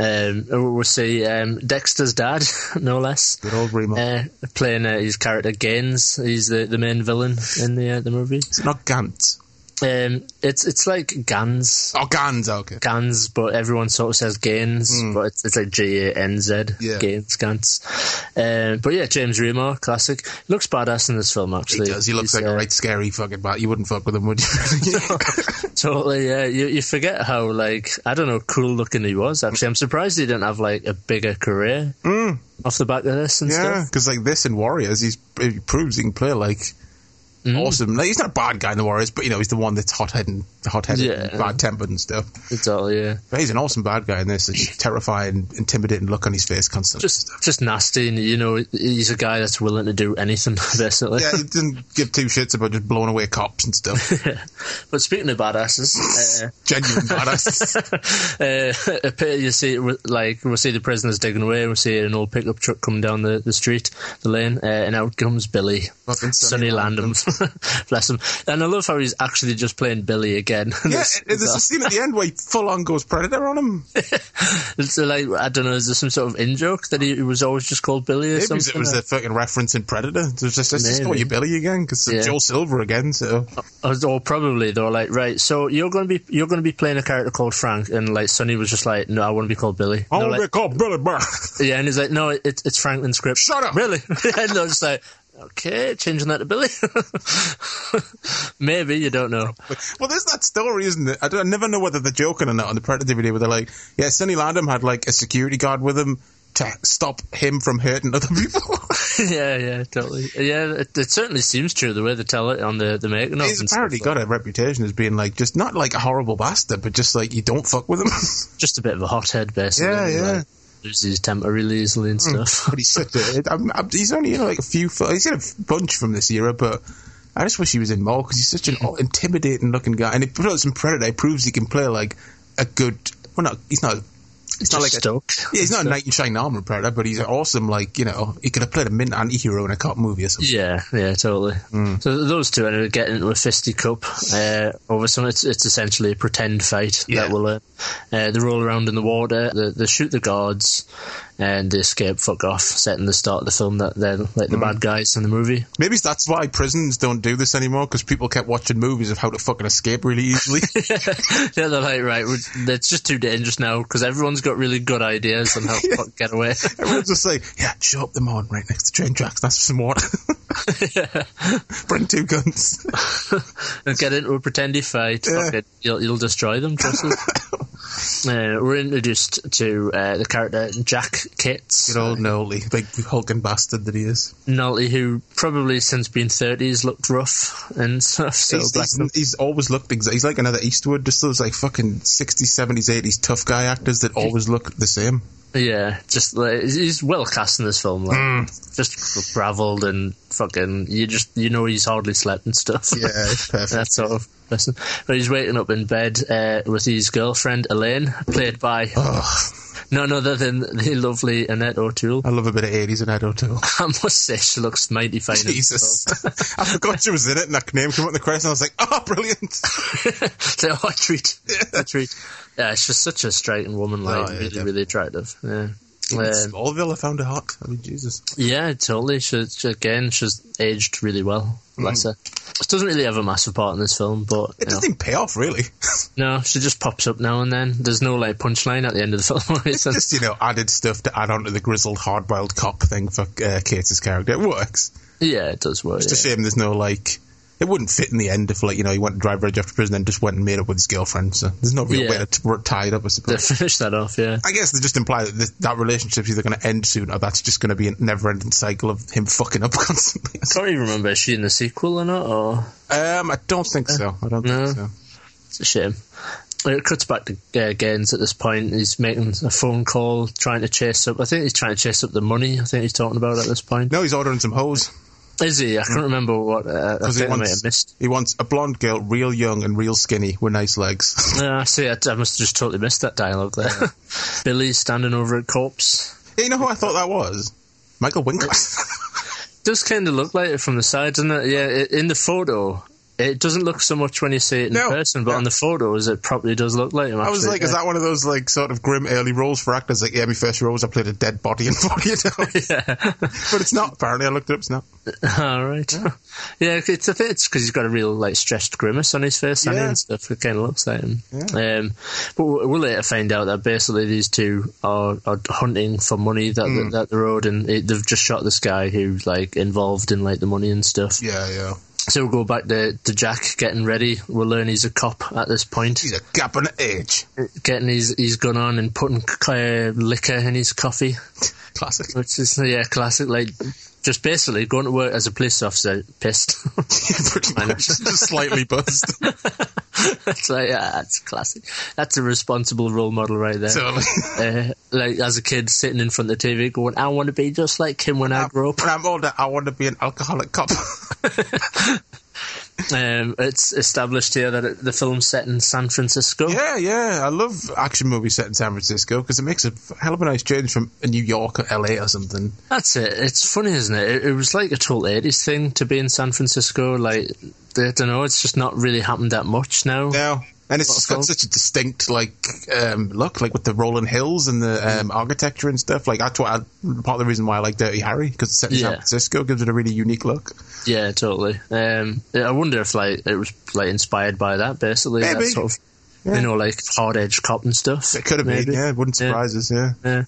Speaker 4: Um, we'll see um, Dexter's dad, no less.
Speaker 3: Good old Remo.
Speaker 4: Uh, playing uh, his character Gaines. He's the, the main villain in the uh, the movie.
Speaker 3: It's not Gantz.
Speaker 4: Um, it's it's like Gans,
Speaker 3: Oh, Gans, okay.
Speaker 4: Gans, but everyone sort of says Gaines, but it's, it's like G A N Z,
Speaker 3: Hmm. Yeah.
Speaker 4: Gaines, Gans. Um, but yeah, James Remo, classic. Looks badass in this film,
Speaker 3: He
Speaker 4: actually.
Speaker 3: does. He looks
Speaker 4: He's,
Speaker 3: like a
Speaker 4: uh,
Speaker 3: right scary fucking bat. You wouldn't fuck with him, would you?
Speaker 4: Totally, yeah. You you forget how like I don't know cool looking he was. Actually, I'm surprised he didn't have like a bigger career off the back of this and
Speaker 3: Hmm. yeah,
Speaker 4: stuff.
Speaker 3: because like this in Warriors, he's, he proves he can play like
Speaker 4: Mm.
Speaker 3: awesome. Like, he's not a bad guy in the Warriors, but you know he's the one that's hot headed, hot headed,
Speaker 4: Yeah.
Speaker 3: bad tempered and stuff.
Speaker 4: Totally, yeah.
Speaker 3: But he's an awesome bad guy in this. It's just terrifying, intimidating look on his face constantly.
Speaker 4: Just just nasty, and you know he's a guy that's willing to do anything basically.
Speaker 3: yeah, he doesn't give two shits about just blowing away cops and stuff.
Speaker 4: But speaking of badasses. uh,
Speaker 3: Genuine badass.
Speaker 4: uh, a pit- you see, like we will see the prisoners digging away. We will see an old pickup truck come down the, the street, the lane, uh, and out comes Billy,
Speaker 3: Fucking Sonny
Speaker 4: Sonny Landham. Bless him. And I love how he's actually just playing Billy again.
Speaker 3: yeah, there's a scene at the end where he full on goes predator on him.
Speaker 4: It's like I don't know. Is there some sort of in joke that he, he was always just called Billy or
Speaker 3: Maybe
Speaker 4: something?
Speaker 3: it was a fucking reference in Predator. It was just, let's just call
Speaker 4: Maybe.
Speaker 3: you Billy again because
Speaker 4: Yeah.
Speaker 3: Joel Silver again. So
Speaker 4: or, or oh, probably they were like, right. So you're going to be you're going to be playing a character called Frank, and like Sonny was just like, no, I want to be called Billy. And
Speaker 3: I
Speaker 4: they're
Speaker 3: want to be
Speaker 4: like,
Speaker 3: called Billy Bear.
Speaker 4: yeah, and he's like, no, it, it's Franklin's script.
Speaker 3: Shut up.
Speaker 4: Really? and they're just like, okay, changing that to Billy. Maybe you don't know.
Speaker 3: well, there's that story, isn't it? I, don't, I never know whether they're joking or not on the Predator video, where they're like, yeah, Sonny Landham had like a security guard with him to stop him from hurting other people.
Speaker 4: yeah, yeah, totally. Yeah, it, it certainly seems true the way they tell it on the the making of.
Speaker 3: He's
Speaker 4: and stuff,
Speaker 3: apparently
Speaker 4: like-
Speaker 3: got a reputation as being like just not like a horrible bastard, but just like you don't fuck with him.
Speaker 4: just a bit of a hothead, basically.
Speaker 3: Yeah, yeah. Hmm.
Speaker 4: Like, loses his temper really easily and stuff.
Speaker 3: but he's such a. I'm, I'm, he's only in like a few. fil- He's in a bunch from this era, but I just wish he was in more because he's such an intimidating looking guy. And he puts out some Predator. He proves he can play like a good Well, not he's not. It's not like
Speaker 4: Just
Speaker 3: a,
Speaker 4: stuck.
Speaker 3: yeah, he's not a knight in shining armor, Predator, but he's awesome. Like you know, he could have played a mint anti-hero in a cop movie or something.
Speaker 4: Yeah, yeah, totally.
Speaker 3: Hmm.
Speaker 4: So those two ended up getting into a fisty cup uh, over something. It's, it's essentially a pretend fight
Speaker 3: Yeah.
Speaker 4: that will. Uh, uh, they roll around in the water. They, they shoot the guards, and they escape. Fuck off. Setting the start of the film that they're like the
Speaker 3: Hmm.
Speaker 4: bad guys in the movie.
Speaker 3: Maybe that's why prisons don't do this anymore because people kept watching movies of how to fucking escape really easily.
Speaker 4: yeah, they're like right. we it's just too dangerous now because everyone's got really good ideas on how to fuck get away.
Speaker 3: Everyone's just like, yeah, show up the morning right next to train tracks. That's some water. Bring two guns.
Speaker 4: and get into a pretendy fight.
Speaker 3: Yeah.
Speaker 4: Fuck it. You'll, you'll destroy them, trust us. Uh, we're introduced to uh, the character Jack Kitts,
Speaker 3: Good old Noli, big hulking bastard that he is.
Speaker 4: Nolty, who probably since being 30s looked rough and stuff. So
Speaker 3: he's,
Speaker 4: black
Speaker 3: he's, he's always looked exa- he's like another Eastwood, just those like fucking 60s, 70s, 80s tough guy actors that always look the same.
Speaker 4: yeah, just like he's- he's well cast in this film, like
Speaker 3: Hmm.
Speaker 4: just graveled and fucking. You just you know he's hardly slept and stuff.
Speaker 3: it's
Speaker 4: that sort of person. But he's waking up in bed uh, with his girlfriend Elaine, played by none other than the lovely Annette O'Toole.
Speaker 3: I love a bit of 80s and Edo too.
Speaker 4: I must say, she looks mighty fine. in this
Speaker 3: Jesus. I forgot she was in it and that name came up in the credits and I was like, oh, brilliant.
Speaker 4: film. so I treat, I treat. Yeah, she's such a striking woman, like
Speaker 3: Oh, yeah,
Speaker 4: really,
Speaker 3: definitely.
Speaker 4: really attractive. Yeah,
Speaker 3: Even
Speaker 4: um,
Speaker 3: Smallville, I found it hot. I mean, Jesus.
Speaker 4: yeah, totally. She, she- again, she's aged really well. Bless her. She doesn't really have a massive part in this film, but
Speaker 3: It
Speaker 4: you know.
Speaker 3: doesn't even pay off, really.
Speaker 4: no, she just pops up now and then. There's no like punchline at the end of the film. It's just-
Speaker 3: Just, you know, added stuff to add on to the grizzled, hard-boiled cop thing for uh, Kate's character. It works.
Speaker 4: yeah, it does work.
Speaker 3: It's a shame there's no, like... It wouldn't fit in the end if, like, you know, he went to drive Reg after prison and just went and made up with his girlfriend. So there's no real
Speaker 4: Yeah.
Speaker 3: way to t- tie it up, I suppose.
Speaker 4: They finish that off, yeah.
Speaker 3: I guess they just imply that this, that relationship's either going to end soon or that's just going to be a never-ending cycle of him fucking up constantly.
Speaker 4: I can't even remember is she in the sequel or not. Or
Speaker 3: um, I don't think so. I don't
Speaker 4: No.
Speaker 3: think so.
Speaker 4: it's a shame. It cuts back to uh, Gaines at this point. He's making a phone call, trying to chase up. I think he's trying to chase up the money. I think he's talking about at this point.
Speaker 3: No, he's ordering some hoes
Speaker 4: Is he? I can't remember what. Uh, I
Speaker 3: because he
Speaker 4: think I might
Speaker 3: wants
Speaker 4: have missed.
Speaker 3: he wants a blonde girl, real young and real skinny with nice legs.
Speaker 4: Uh, see, I, I must have just totally missed that dialogue there. Billy's standing over a corpse.
Speaker 3: Hey, you know who I thought that was? Michael Winkler.
Speaker 4: Does kind of look like it from the side, doesn't it? Yeah, it, in the photo. It doesn't look so much when you see it in
Speaker 3: No,
Speaker 4: person, but
Speaker 3: no.
Speaker 4: on the photos, it probably does look like him.
Speaker 3: I was
Speaker 4: actually,
Speaker 3: like,
Speaker 4: yeah.
Speaker 3: is that one of those like sort of grim early roles for actors? Like, yeah, my first roles, I played a dead body in Body It Down. but it's not. Apparently, I looked it up. It's not.
Speaker 4: All right. Yeah, it's a bit because he's got a real like stretched grimace on his face hasn't he,
Speaker 3: Yeah.
Speaker 4: and stuff. It kind of looks like him. Um, but we- we'll later find out that basically these two are, are hunting for money
Speaker 3: Hmm.
Speaker 4: that that they're owed, and it, they've just shot this guy who's like involved in like the money and stuff.
Speaker 3: Yeah, yeah.
Speaker 4: So we'll go back to, to Jack getting ready. We'll learn he's a cop at this point,
Speaker 3: He's a gap in the age.
Speaker 4: getting his his gun on and putting uh, liquor in his coffee.
Speaker 3: Classic.
Speaker 4: Which is yeah, classic. Like just basically going to work as a police officer, pissed.
Speaker 3: Pretty much. Just slightly buzzed.
Speaker 4: that's like yeah, that's classic. That's a responsible role model right there.
Speaker 3: So,
Speaker 4: uh, like as a kid sitting in front of the TV, going, "I want to be just like him
Speaker 3: Ah.
Speaker 4: when I grow up."
Speaker 3: When I'm older, I want to be an alcoholic cop.
Speaker 4: Um, it's established here that it, the film's set in San Francisco.
Speaker 3: yeah, yeah. I love action movies set in San Francisco because it makes a hell of a nice change from New York or LA or something.
Speaker 4: That's it. It's funny, isn't it? it? It was like a total '80s thing to be in San Francisco. Like, I don't know, it's just not really happened that much now.
Speaker 3: No. And it's just got
Speaker 4: What's
Speaker 3: such a distinct like um, look, like with the rolling hills and the um, architecture and stuff. Like that's what I, part of the reason why I like Dirty Harry because it's set in San
Speaker 4: Yeah.
Speaker 3: Francisco gives it a really unique look.
Speaker 4: Yeah, totally. Um, I wonder if like it was like inspired by that, basically. That
Speaker 3: Maybe.
Speaker 4: sort of, you know, like hard edge cop and stuff.
Speaker 3: It could have been,
Speaker 4: maybe.
Speaker 3: yeah. It wouldn't
Speaker 4: Yeah.
Speaker 3: surprise us, yeah.
Speaker 4: Yeah.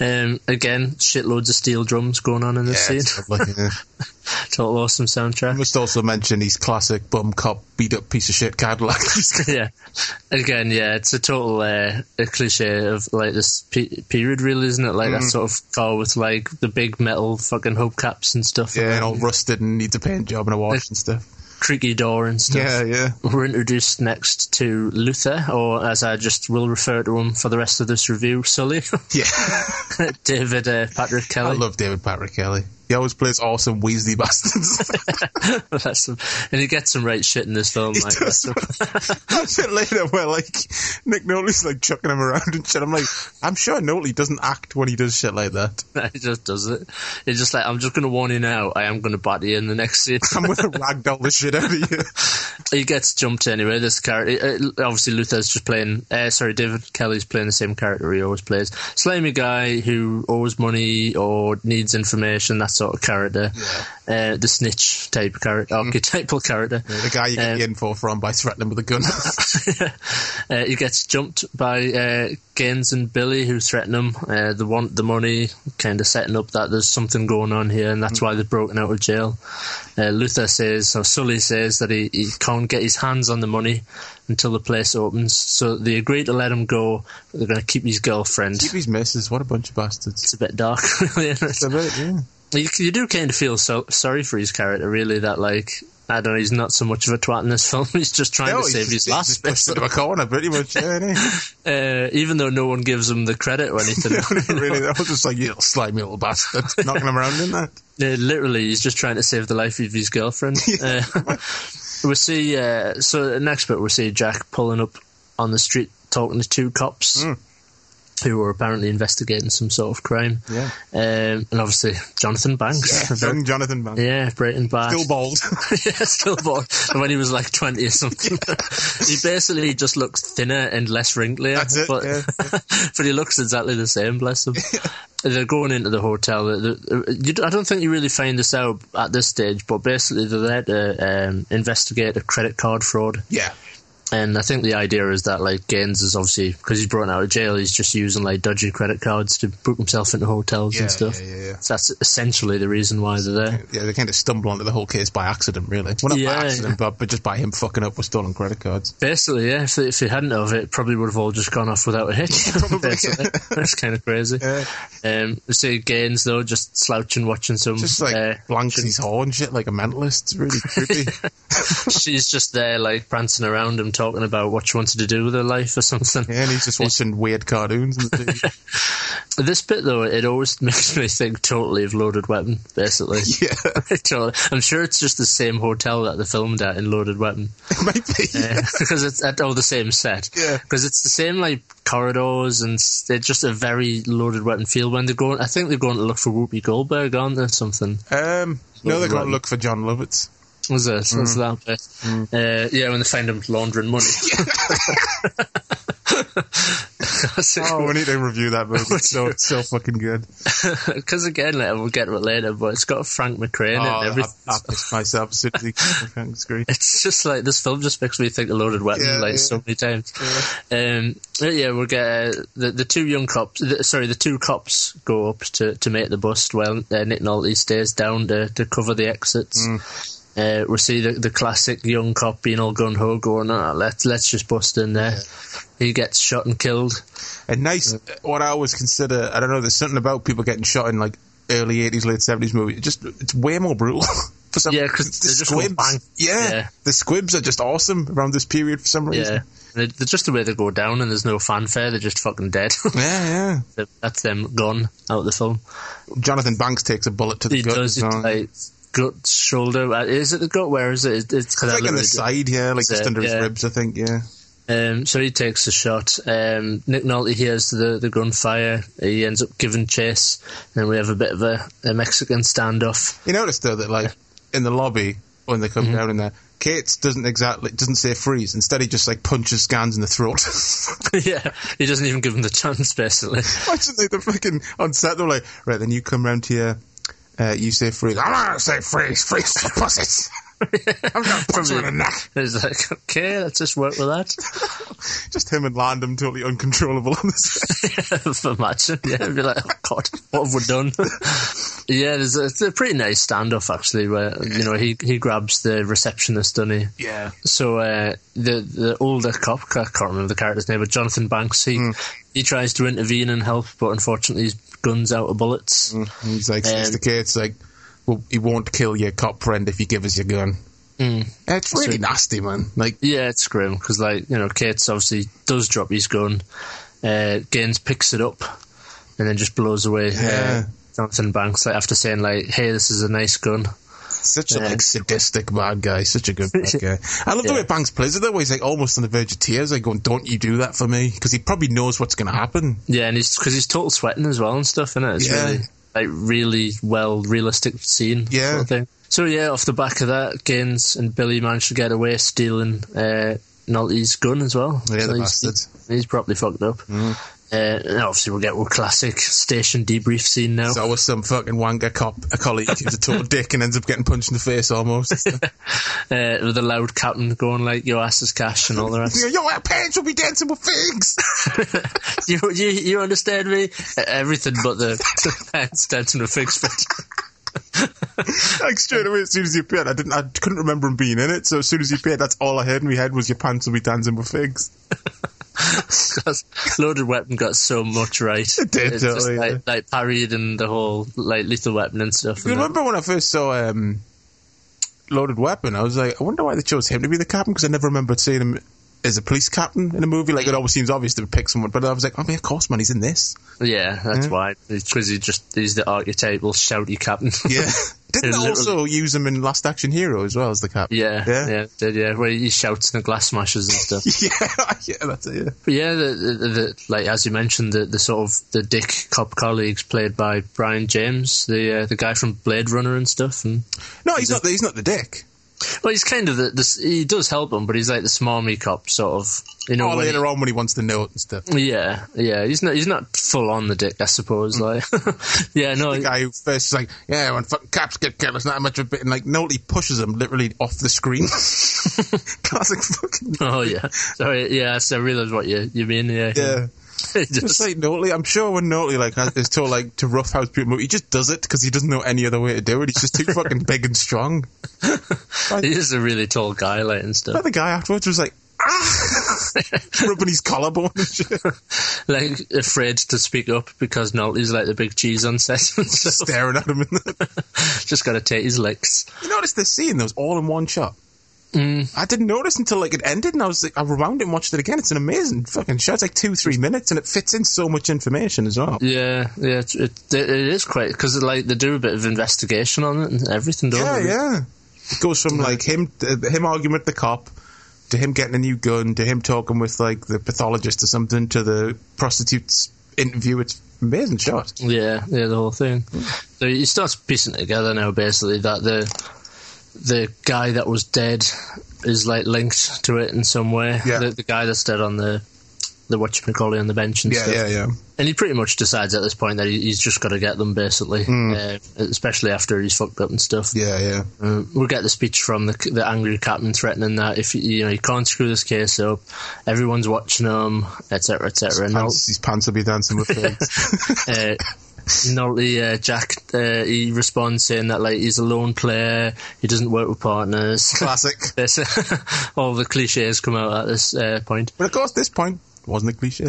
Speaker 4: Um, again, shitloads of steel drums going on in
Speaker 3: Yeah,
Speaker 4: this scene.
Speaker 3: it's lovely, yeah.
Speaker 4: Total awesome
Speaker 3: I
Speaker 4: soundtrack.
Speaker 3: must also mention his classic bum cop beat up piece of shit Cadillac.
Speaker 4: yeah. Again, yeah, it's a total uh, a cliche of like this pe- period, really, isn't it? Like
Speaker 3: Mm.
Speaker 4: that sort of car with like the big metal fucking hubcaps and stuff.
Speaker 3: yeah, and
Speaker 4: and
Speaker 3: all rusted and needs a paint job and a wash and stuff.
Speaker 4: creaky door and stuff.
Speaker 3: Yeah, yeah.
Speaker 4: We're introduced next to Luther, or as I just will refer to him for the rest of this review, Sully.
Speaker 3: Yeah.
Speaker 4: David uh, Patrick
Speaker 3: I
Speaker 4: Kelly.
Speaker 3: love David Patrick Kelly. He always plays awesome Weasley bastards.
Speaker 4: That's some, and he gets some right shit in this film.
Speaker 3: He
Speaker 4: Like,
Speaker 3: does. that shit later where like Nick Nolte's like chucking him around and shit. I'm like, I'm sure Nolte doesn't act when he does shit like that.
Speaker 4: he just does it. He's just like, I'm just going to warn you now, I am going to bat you in the next scene.
Speaker 3: I'm gonna ragdoll the shit out of you.
Speaker 4: he gets jumped anyway. This character, uh, obviously, Luther's just playing. Uh, sorry, David Kelly's playing the same character he always plays. Slimy guy who owes money or needs information, that sort of character. Uh, the snitch type character, archetypal character.
Speaker 3: The guy you get
Speaker 4: Um,
Speaker 3: the info from by threatening him with a gun.
Speaker 4: uh, he gets jumped by uh, Gaines and Billy, who threaten him. Uh, they want the money, kind of setting up that there's something going on here, and
Speaker 3: Mm.
Speaker 4: that's why they've broken out of jail. Uh, Luther says, or Sully says, that he, he can't get his hands on the money until the place opens. So they agree to let him go, but they're going to keep his girlfriend.
Speaker 3: Keep his misses. What a bunch of
Speaker 4: it's
Speaker 3: bastards.
Speaker 4: a bit dark, really. isn't it?
Speaker 3: That's about it, yeah.
Speaker 4: you, you do kind of feel so sorry for his character, really. That like, I don't know, he's not so much of a twat in this film. He's just trying
Speaker 3: No,
Speaker 4: to
Speaker 3: he's
Speaker 4: save his
Speaker 3: just- he's
Speaker 4: last bit.
Speaker 3: pushed into a corner, pretty much. Yeah, innit?
Speaker 4: uh, even though no one gives him the credit or anything.
Speaker 3: really, that was just like you little slimy little bastard knocking him around in that.
Speaker 4: Uh, literally, he's just trying to save the life of his girlfriend. Uh, we see, uh, so the next bit we see Jack pulling up on the street talking to two cops who were apparently investigating some sort of crime.
Speaker 3: Yeah.
Speaker 4: Um, and obviously, Jonathan Banks.
Speaker 3: Young Jonathan man,
Speaker 4: Yeah, Brayton Banks.
Speaker 3: still bald.
Speaker 4: yeah, still bald. And when he was like 20 or something. he basically just looks thinner and less wrinklier.
Speaker 3: That's it,
Speaker 4: But,
Speaker 3: yeah,
Speaker 4: but he looks exactly the same, bless him. They're going into the hotel. The- the- you d- I don't think you really find this out at this stage, but basically they're there to um, investigate a credit card fraud.
Speaker 3: yeah,
Speaker 4: And I think the idea is that, like, Gaines is obviously, because he's brought out of jail, he's just using, like, dodgy credit cards to book himself into hotels
Speaker 3: Yeah,
Speaker 4: and stuff.
Speaker 3: yeah, yeah, yeah.
Speaker 4: So that's essentially the reason why they're there.
Speaker 3: yeah. They kind of stumble onto the whole case by accident, really. Well, not
Speaker 4: Yeah.
Speaker 3: by accident, but, but just by him fucking up with stolen credit cards.
Speaker 4: Basically, yeah. If, if he hadn't of it, probably would have all just gone off without a hitch.
Speaker 3: probably.
Speaker 4: Basically. That's kind of crazy. Um, see Gaines though, just slouching, watching some.
Speaker 3: Just like
Speaker 4: uh,
Speaker 3: blanks his horn shit like a mentalist. It's really creepy.
Speaker 4: she's just there, like prancing around him, talking about what she wanted to do with her life or something.
Speaker 3: yeah, and he's just watching weird cartoons. And shit.
Speaker 4: This bit though, it always makes me think totally of Loaded Weapon. Basically,
Speaker 3: yeah,
Speaker 4: totally. I'm sure it's just the same hotel that they filmed at in Loaded Weapon.
Speaker 3: it might be.
Speaker 4: because it's at all the same set.
Speaker 3: Yeah.
Speaker 4: Because it's the same like corridors and s- they're just a very loaded weapon field when they're going. I think they're going to look for Whoopi Goldberg, aren't they? Something
Speaker 3: Um, no, they're going to look for John Lovitz.
Speaker 4: was it? What's
Speaker 3: Mm.
Speaker 4: that bit? Uh, yeah, when they find him laundering money.
Speaker 3: Oh, we need to review that movie. It's so, it's so fucking good.
Speaker 4: Because again, like, we'll get to it later, but it's got Frank McCrane
Speaker 3: Oh,
Speaker 4: in it and
Speaker 3: I,
Speaker 4: everything.
Speaker 3: I pissed myself as soon as he came screen.
Speaker 4: it's just like this film just makes me think of loaded weapon
Speaker 3: Yeah,
Speaker 4: like
Speaker 3: yeah.
Speaker 4: so many times. Um, but yeah, we'll get uh, the the two young cops. The, sorry, the two cops go up to, to make the bust. While uh, Nick Nolte stays down to, to cover the exits.
Speaker 3: Mm.
Speaker 4: Uh, we see the, the classic young cop being all gun ho, going, "Ah, let's let's just bust in there." He gets shot and killed.
Speaker 3: a nice uh, what I always consider I don't know, there's something about people getting shot in like early eighties, late seventies movies. It Just it's way more brutal. for some,
Speaker 4: Yeah, 'cause
Speaker 3: the
Speaker 4: they just go bang.
Speaker 3: yeah,
Speaker 4: Yeah.
Speaker 3: the squibs are just awesome around this period for some
Speaker 4: Yeah,
Speaker 3: reason.
Speaker 4: They- they're just the way they go down, and there's no fanfare. They're just fucking dead.
Speaker 3: Yeah, yeah.
Speaker 4: That's them gone out of the film.
Speaker 3: Jonathan Banks takes a bullet to the
Speaker 4: He
Speaker 3: gut.
Speaker 4: does
Speaker 3: as
Speaker 4: it
Speaker 3: well.
Speaker 4: like gut shoulder. uh, Is it the gut? Where is it? It's, it's
Speaker 3: It's
Speaker 4: kind
Speaker 3: like on the side, yeah, like
Speaker 4: Is
Speaker 3: just
Speaker 4: it?
Speaker 3: under
Speaker 4: Yeah.
Speaker 3: his ribs, I think. Yeah,
Speaker 4: Um, so he takes a shot. Um, Nick Nolte hears the the gunfire. He ends up giving chase, and we have a bit of a, a Mexican standoff.
Speaker 3: you notice though that like in the lobby when they come
Speaker 4: Mm-hmm.
Speaker 3: down in there, Kate's doesn't exactly doesn't say freeze. Instead, he just like punches Scans in the throat.
Speaker 4: yeah, he doesn't even give him the chance. Basically,
Speaker 3: Imagine like the fucking on set they're like, right, then you come round here, uh, you say freeze. I'm gonna say freeze, freeze these pussies. I'm gonna punch you in the neck.
Speaker 4: he's like, "Okay, let's just work with that."
Speaker 3: Just him and Landon totally uncontrollable on this.
Speaker 4: Imagine, yeah, I'd be like, oh, God, what have we done? yeah, there's a, it's a pretty nice standoff actually, where you know he he grabs the receptionist, doesn't he?
Speaker 3: Yeah.
Speaker 4: So uh, the the older cop, I can't remember the character's name, but Jonathan Banks, he
Speaker 3: Hmm.
Speaker 4: he tries to intervene and help, but unfortunately his gun's out of bullets.
Speaker 3: And he's like, says
Speaker 4: Um,
Speaker 3: to Kate's like, well, he won't kill your cop friend if you give us your gun. And It's Mm. really
Speaker 4: So-
Speaker 3: nasty, man. Like,
Speaker 4: Yeah, it's grim because like you know, Kate's obviously does drop his gun. Uh, Gaines picks it up and then just blows away.
Speaker 3: Yeah.
Speaker 4: Uh, Jonathan Banks, like after saying like, "Hey, this is a nice gun."
Speaker 3: Such a
Speaker 4: Yeah.
Speaker 3: like sadistic bad guy. Such a good bad guy. I love the
Speaker 4: Yeah.
Speaker 3: way Banks plays it though. where He's like almost on the verge of tears, like going, "Don't you do that for me?" Because he probably knows what's going to happen.
Speaker 4: Yeah, and he's because he's total sweating as well and stuff, and it? It's
Speaker 3: Yeah.
Speaker 4: really like really well realistic scene.
Speaker 3: Yeah.
Speaker 4: Sort of thing. So yeah, off the back of that, Gaines and Billy managed to get away stealing uh, Nolte's gun as well.
Speaker 3: Yeah, the Mm.
Speaker 4: he's,
Speaker 3: bastards.
Speaker 4: He's properly fucked up. Uh, and obviously, we'll get our classic station debrief scene now.
Speaker 3: It's always some fucking wanker cop, a colleague who's a total dick and ends up getting punched in the face almost.
Speaker 4: uh, with the loud captain going like, "Your ass is cash" and all the rest.
Speaker 3: You know, Yo, our parents will be dancing with figs.
Speaker 4: you, you, you understand me? Uh, Everything but the, the pants dancing with fixed
Speaker 3: like straight away as soon as he appeared, I didn't, I couldn't remember him being in it. So as soon as he appeared, that's all I heard in my head was your pants will be dancing with figs.
Speaker 4: because Loaded Weapon got so much right. It
Speaker 3: did,
Speaker 4: it's just
Speaker 3: totally,
Speaker 4: like,
Speaker 3: yeah.
Speaker 4: like parried and the whole like Lethal Weapon and stuff.
Speaker 3: You
Speaker 4: and
Speaker 3: remember when I first saw um, Loaded Weapon? I was like, I wonder why they chose him to be the captain because I never remembered seeing him as a police captain in a movie. Like it always seems obvious to pick someone, but I was like, oh, man, of course, man, he's in this.
Speaker 4: that. yeah, that's why because he just he's the archetypal shouty captain.
Speaker 3: Yeah. Didn't
Speaker 4: It
Speaker 3: they also use him in Last Action Hero as well as the captain?
Speaker 4: yeah,
Speaker 3: Yeah.
Speaker 4: yeah, yeah, did, yeah, where he shouts and the glass smashes and stuff.
Speaker 3: Yeah, yeah, that's it. Yeah.
Speaker 4: But yeah, the, the, the, like as you mentioned, the, the sort of the dick cop colleagues played by Brian James, the uh, the guy from Blade Runner and stuff, and
Speaker 3: No, he's not. The, he's not the dick.
Speaker 4: well, he's kind of the, the he does help him, but he's like the smarmy cop sort of. You know,
Speaker 3: Oh,
Speaker 4: when he-
Speaker 3: later on when he wants the note and stuff.
Speaker 4: Yeah, yeah, he's not he's not full on the dick, I
Speaker 3: Mm.
Speaker 4: suppose. Like, yeah, no,
Speaker 3: the guy who first is like, yeah, when fucking cops get killed, it's not much of a bit. And like, Nolte pushes him literally off the screen. Classic fucking.
Speaker 4: oh yeah, sorry, yeah, so I realise what you you mean. Yeah,
Speaker 3: Yeah. Just
Speaker 4: just,
Speaker 3: like Nolte, I'm sure when Nolte like has, is told like to roughhouse people, he just does it because he doesn't know any other way to do it. He's just too fucking big and strong.
Speaker 4: he is a really tall guy, like and
Speaker 3: But
Speaker 4: stuff.
Speaker 3: the guy afterwards was like, ah, rubbing his collarbone. And shit.
Speaker 4: like afraid to speak up because Nolte's like the big cheese on set. and stuff.
Speaker 3: staring at him. In the...
Speaker 4: just gotta take his licks.
Speaker 3: You notice this scene that was all in one shot.
Speaker 4: Mm.
Speaker 3: I didn't notice until like it ended, and I was like, I rewound it and watched it again. It's an amazing fucking shot. It's like two, three minutes, and it fits in so much information as well.
Speaker 4: Yeah, yeah, it, it, it is quite because like they do a bit of investigation on it and everything. Don't
Speaker 3: Yeah,
Speaker 4: they?
Speaker 3: yeah. It goes from like him, uh, him arguing with the cop, to him getting a new gun, to him talking with like the pathologist or something, to the prostitute's interview. It's an amazing shot.
Speaker 4: Yeah, yeah, the whole thing. So he starts piecing it together now, basically, that the the guy that was dead is like linked to it in some way.
Speaker 3: Yeah.
Speaker 4: The, the guy that's dead on the the whatchamacallit on the bench and stuff.
Speaker 3: yeah.
Speaker 4: And he pretty much decides at this point that he, he's just got to get them, basically, uh, especially after he's fucked up and stuff.
Speaker 3: Hmm. Yeah, yeah.
Speaker 4: Uh, we'll get the speech from the, the angry captain threatening that if you know you can't screw this case up, everyone's watching him, etc., etc. And
Speaker 3: Pants, his pants will be dancing with figs.
Speaker 4: uh, Nolte, uh, Jack, uh, he responds saying that like he's a lone player, he doesn't work with partners.
Speaker 3: Classic.
Speaker 4: This- all the cliches come out at this uh, point.
Speaker 3: But of course, this point wasn't a cliche.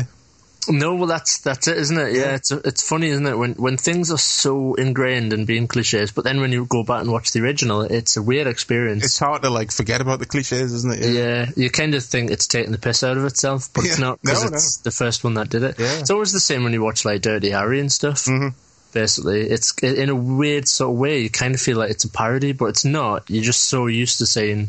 Speaker 4: No, well that's that's it, isn't it? Yeah, it's it's funny, isn't it? When when things are so ingrained in being cliches, but then when you go back and watch the original, it's a weird experience.
Speaker 3: It's hard to like forget about the cliches, isn't it?
Speaker 4: Yeah, you kind of think it's taking the piss out of itself, but it's
Speaker 3: Yeah.
Speaker 4: not because
Speaker 3: No,
Speaker 4: it's the first one that did it.
Speaker 3: Yeah. Mm-hmm.
Speaker 4: It's always the same when you watch like Dirty Harry and stuff. Basically, it's in a weird sort of way. You kind of feel like it's a parody, but it's not. You're just so used to seeing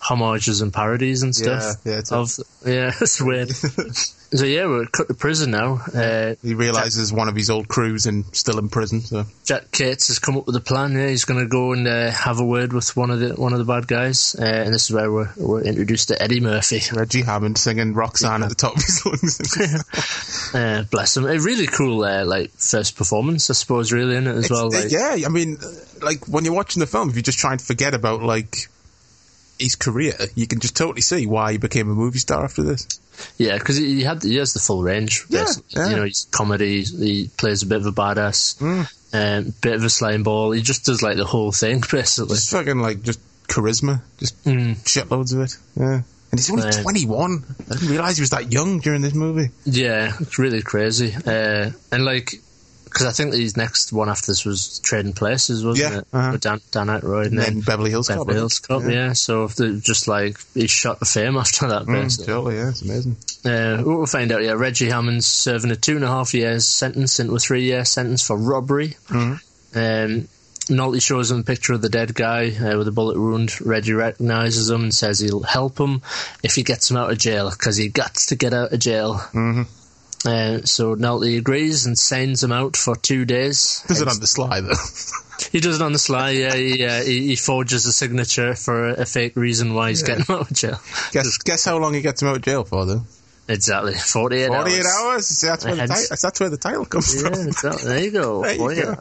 Speaker 4: homages and parodies and stuff.
Speaker 3: Yeah, yeah, it's-
Speaker 4: of, yeah, it's weird. so yeah, we're cut to prison now. Uh,
Speaker 3: He realizes one of his old crews and still in prison. So
Speaker 4: Jack Cates has come up with a plan. Yeah, he's going to go and uh, have a word with one of the one of the bad guys, uh, and this is where we're, we're introduced to Eddie Murphy.
Speaker 3: Reggie Hammond singing Roxanne at the top of his lungs.
Speaker 4: Uh, bless him. A really cool, uh, like first performance, I suppose. Really in it as well.
Speaker 3: It's-
Speaker 4: Like,
Speaker 3: yeah, I mean, like when you're watching the film, if you just try and forget about like his career, you can just totally see why he became a movie star after this.
Speaker 4: yeah, because he he had he has the full range.
Speaker 3: Yeah,
Speaker 4: basically.
Speaker 3: yeah. Mm.
Speaker 4: You know, he's comedy. He plays a bit of a badass, um, bit of a slime ball. He just does like the whole thing basically.
Speaker 3: Just fucking like just charisma, just
Speaker 4: Hmm.
Speaker 3: shitloads of it. Yeah. And he's only
Speaker 4: Man.
Speaker 3: 21. I didn't realize he was that young during this movie.
Speaker 4: Yeah, it's really crazy. Uh, and like because I think his next one after this was Trading Places, wasn't
Speaker 3: Yeah,
Speaker 4: it?
Speaker 3: uh-huh.
Speaker 4: With Dan, Dan Aykroyd and,
Speaker 3: And then Beverly Hills Cop, I
Speaker 4: Beverly
Speaker 3: think.
Speaker 4: Hills Cop, yeah. So if they just like he shot the fame after that,
Speaker 3: Mm,
Speaker 4: basically.
Speaker 3: totally, yeah, it's amazing.
Speaker 4: Uh, we'll find out. Yeah, Reggie Hammond's serving a two and a half years sentence into a three year sentence for robbery. Um, Nolte shows him a picture of the dead guy uh, with a bullet wound. Reggie recognizes him and says he'll help him if he gets him out of jail because he got to get out of jail. Uh, so Nolte agrees and sends him out for two days.
Speaker 3: Does it on the sly though?
Speaker 4: He does it on the sly. Yeah, he, uh, he, he forges a signature for a, a fake reason why he's getting out of jail.
Speaker 3: guess guess how long he gets him out of jail for though?
Speaker 4: Exactly, forty eight.
Speaker 3: Forty eight hours. See, that's where the
Speaker 4: Hence-
Speaker 3: ti- that's where the title comes
Speaker 4: Yeah,
Speaker 3: from.
Speaker 4: it's out- there you go.
Speaker 3: There you
Speaker 4: Boy,
Speaker 3: go.
Speaker 4: yeah.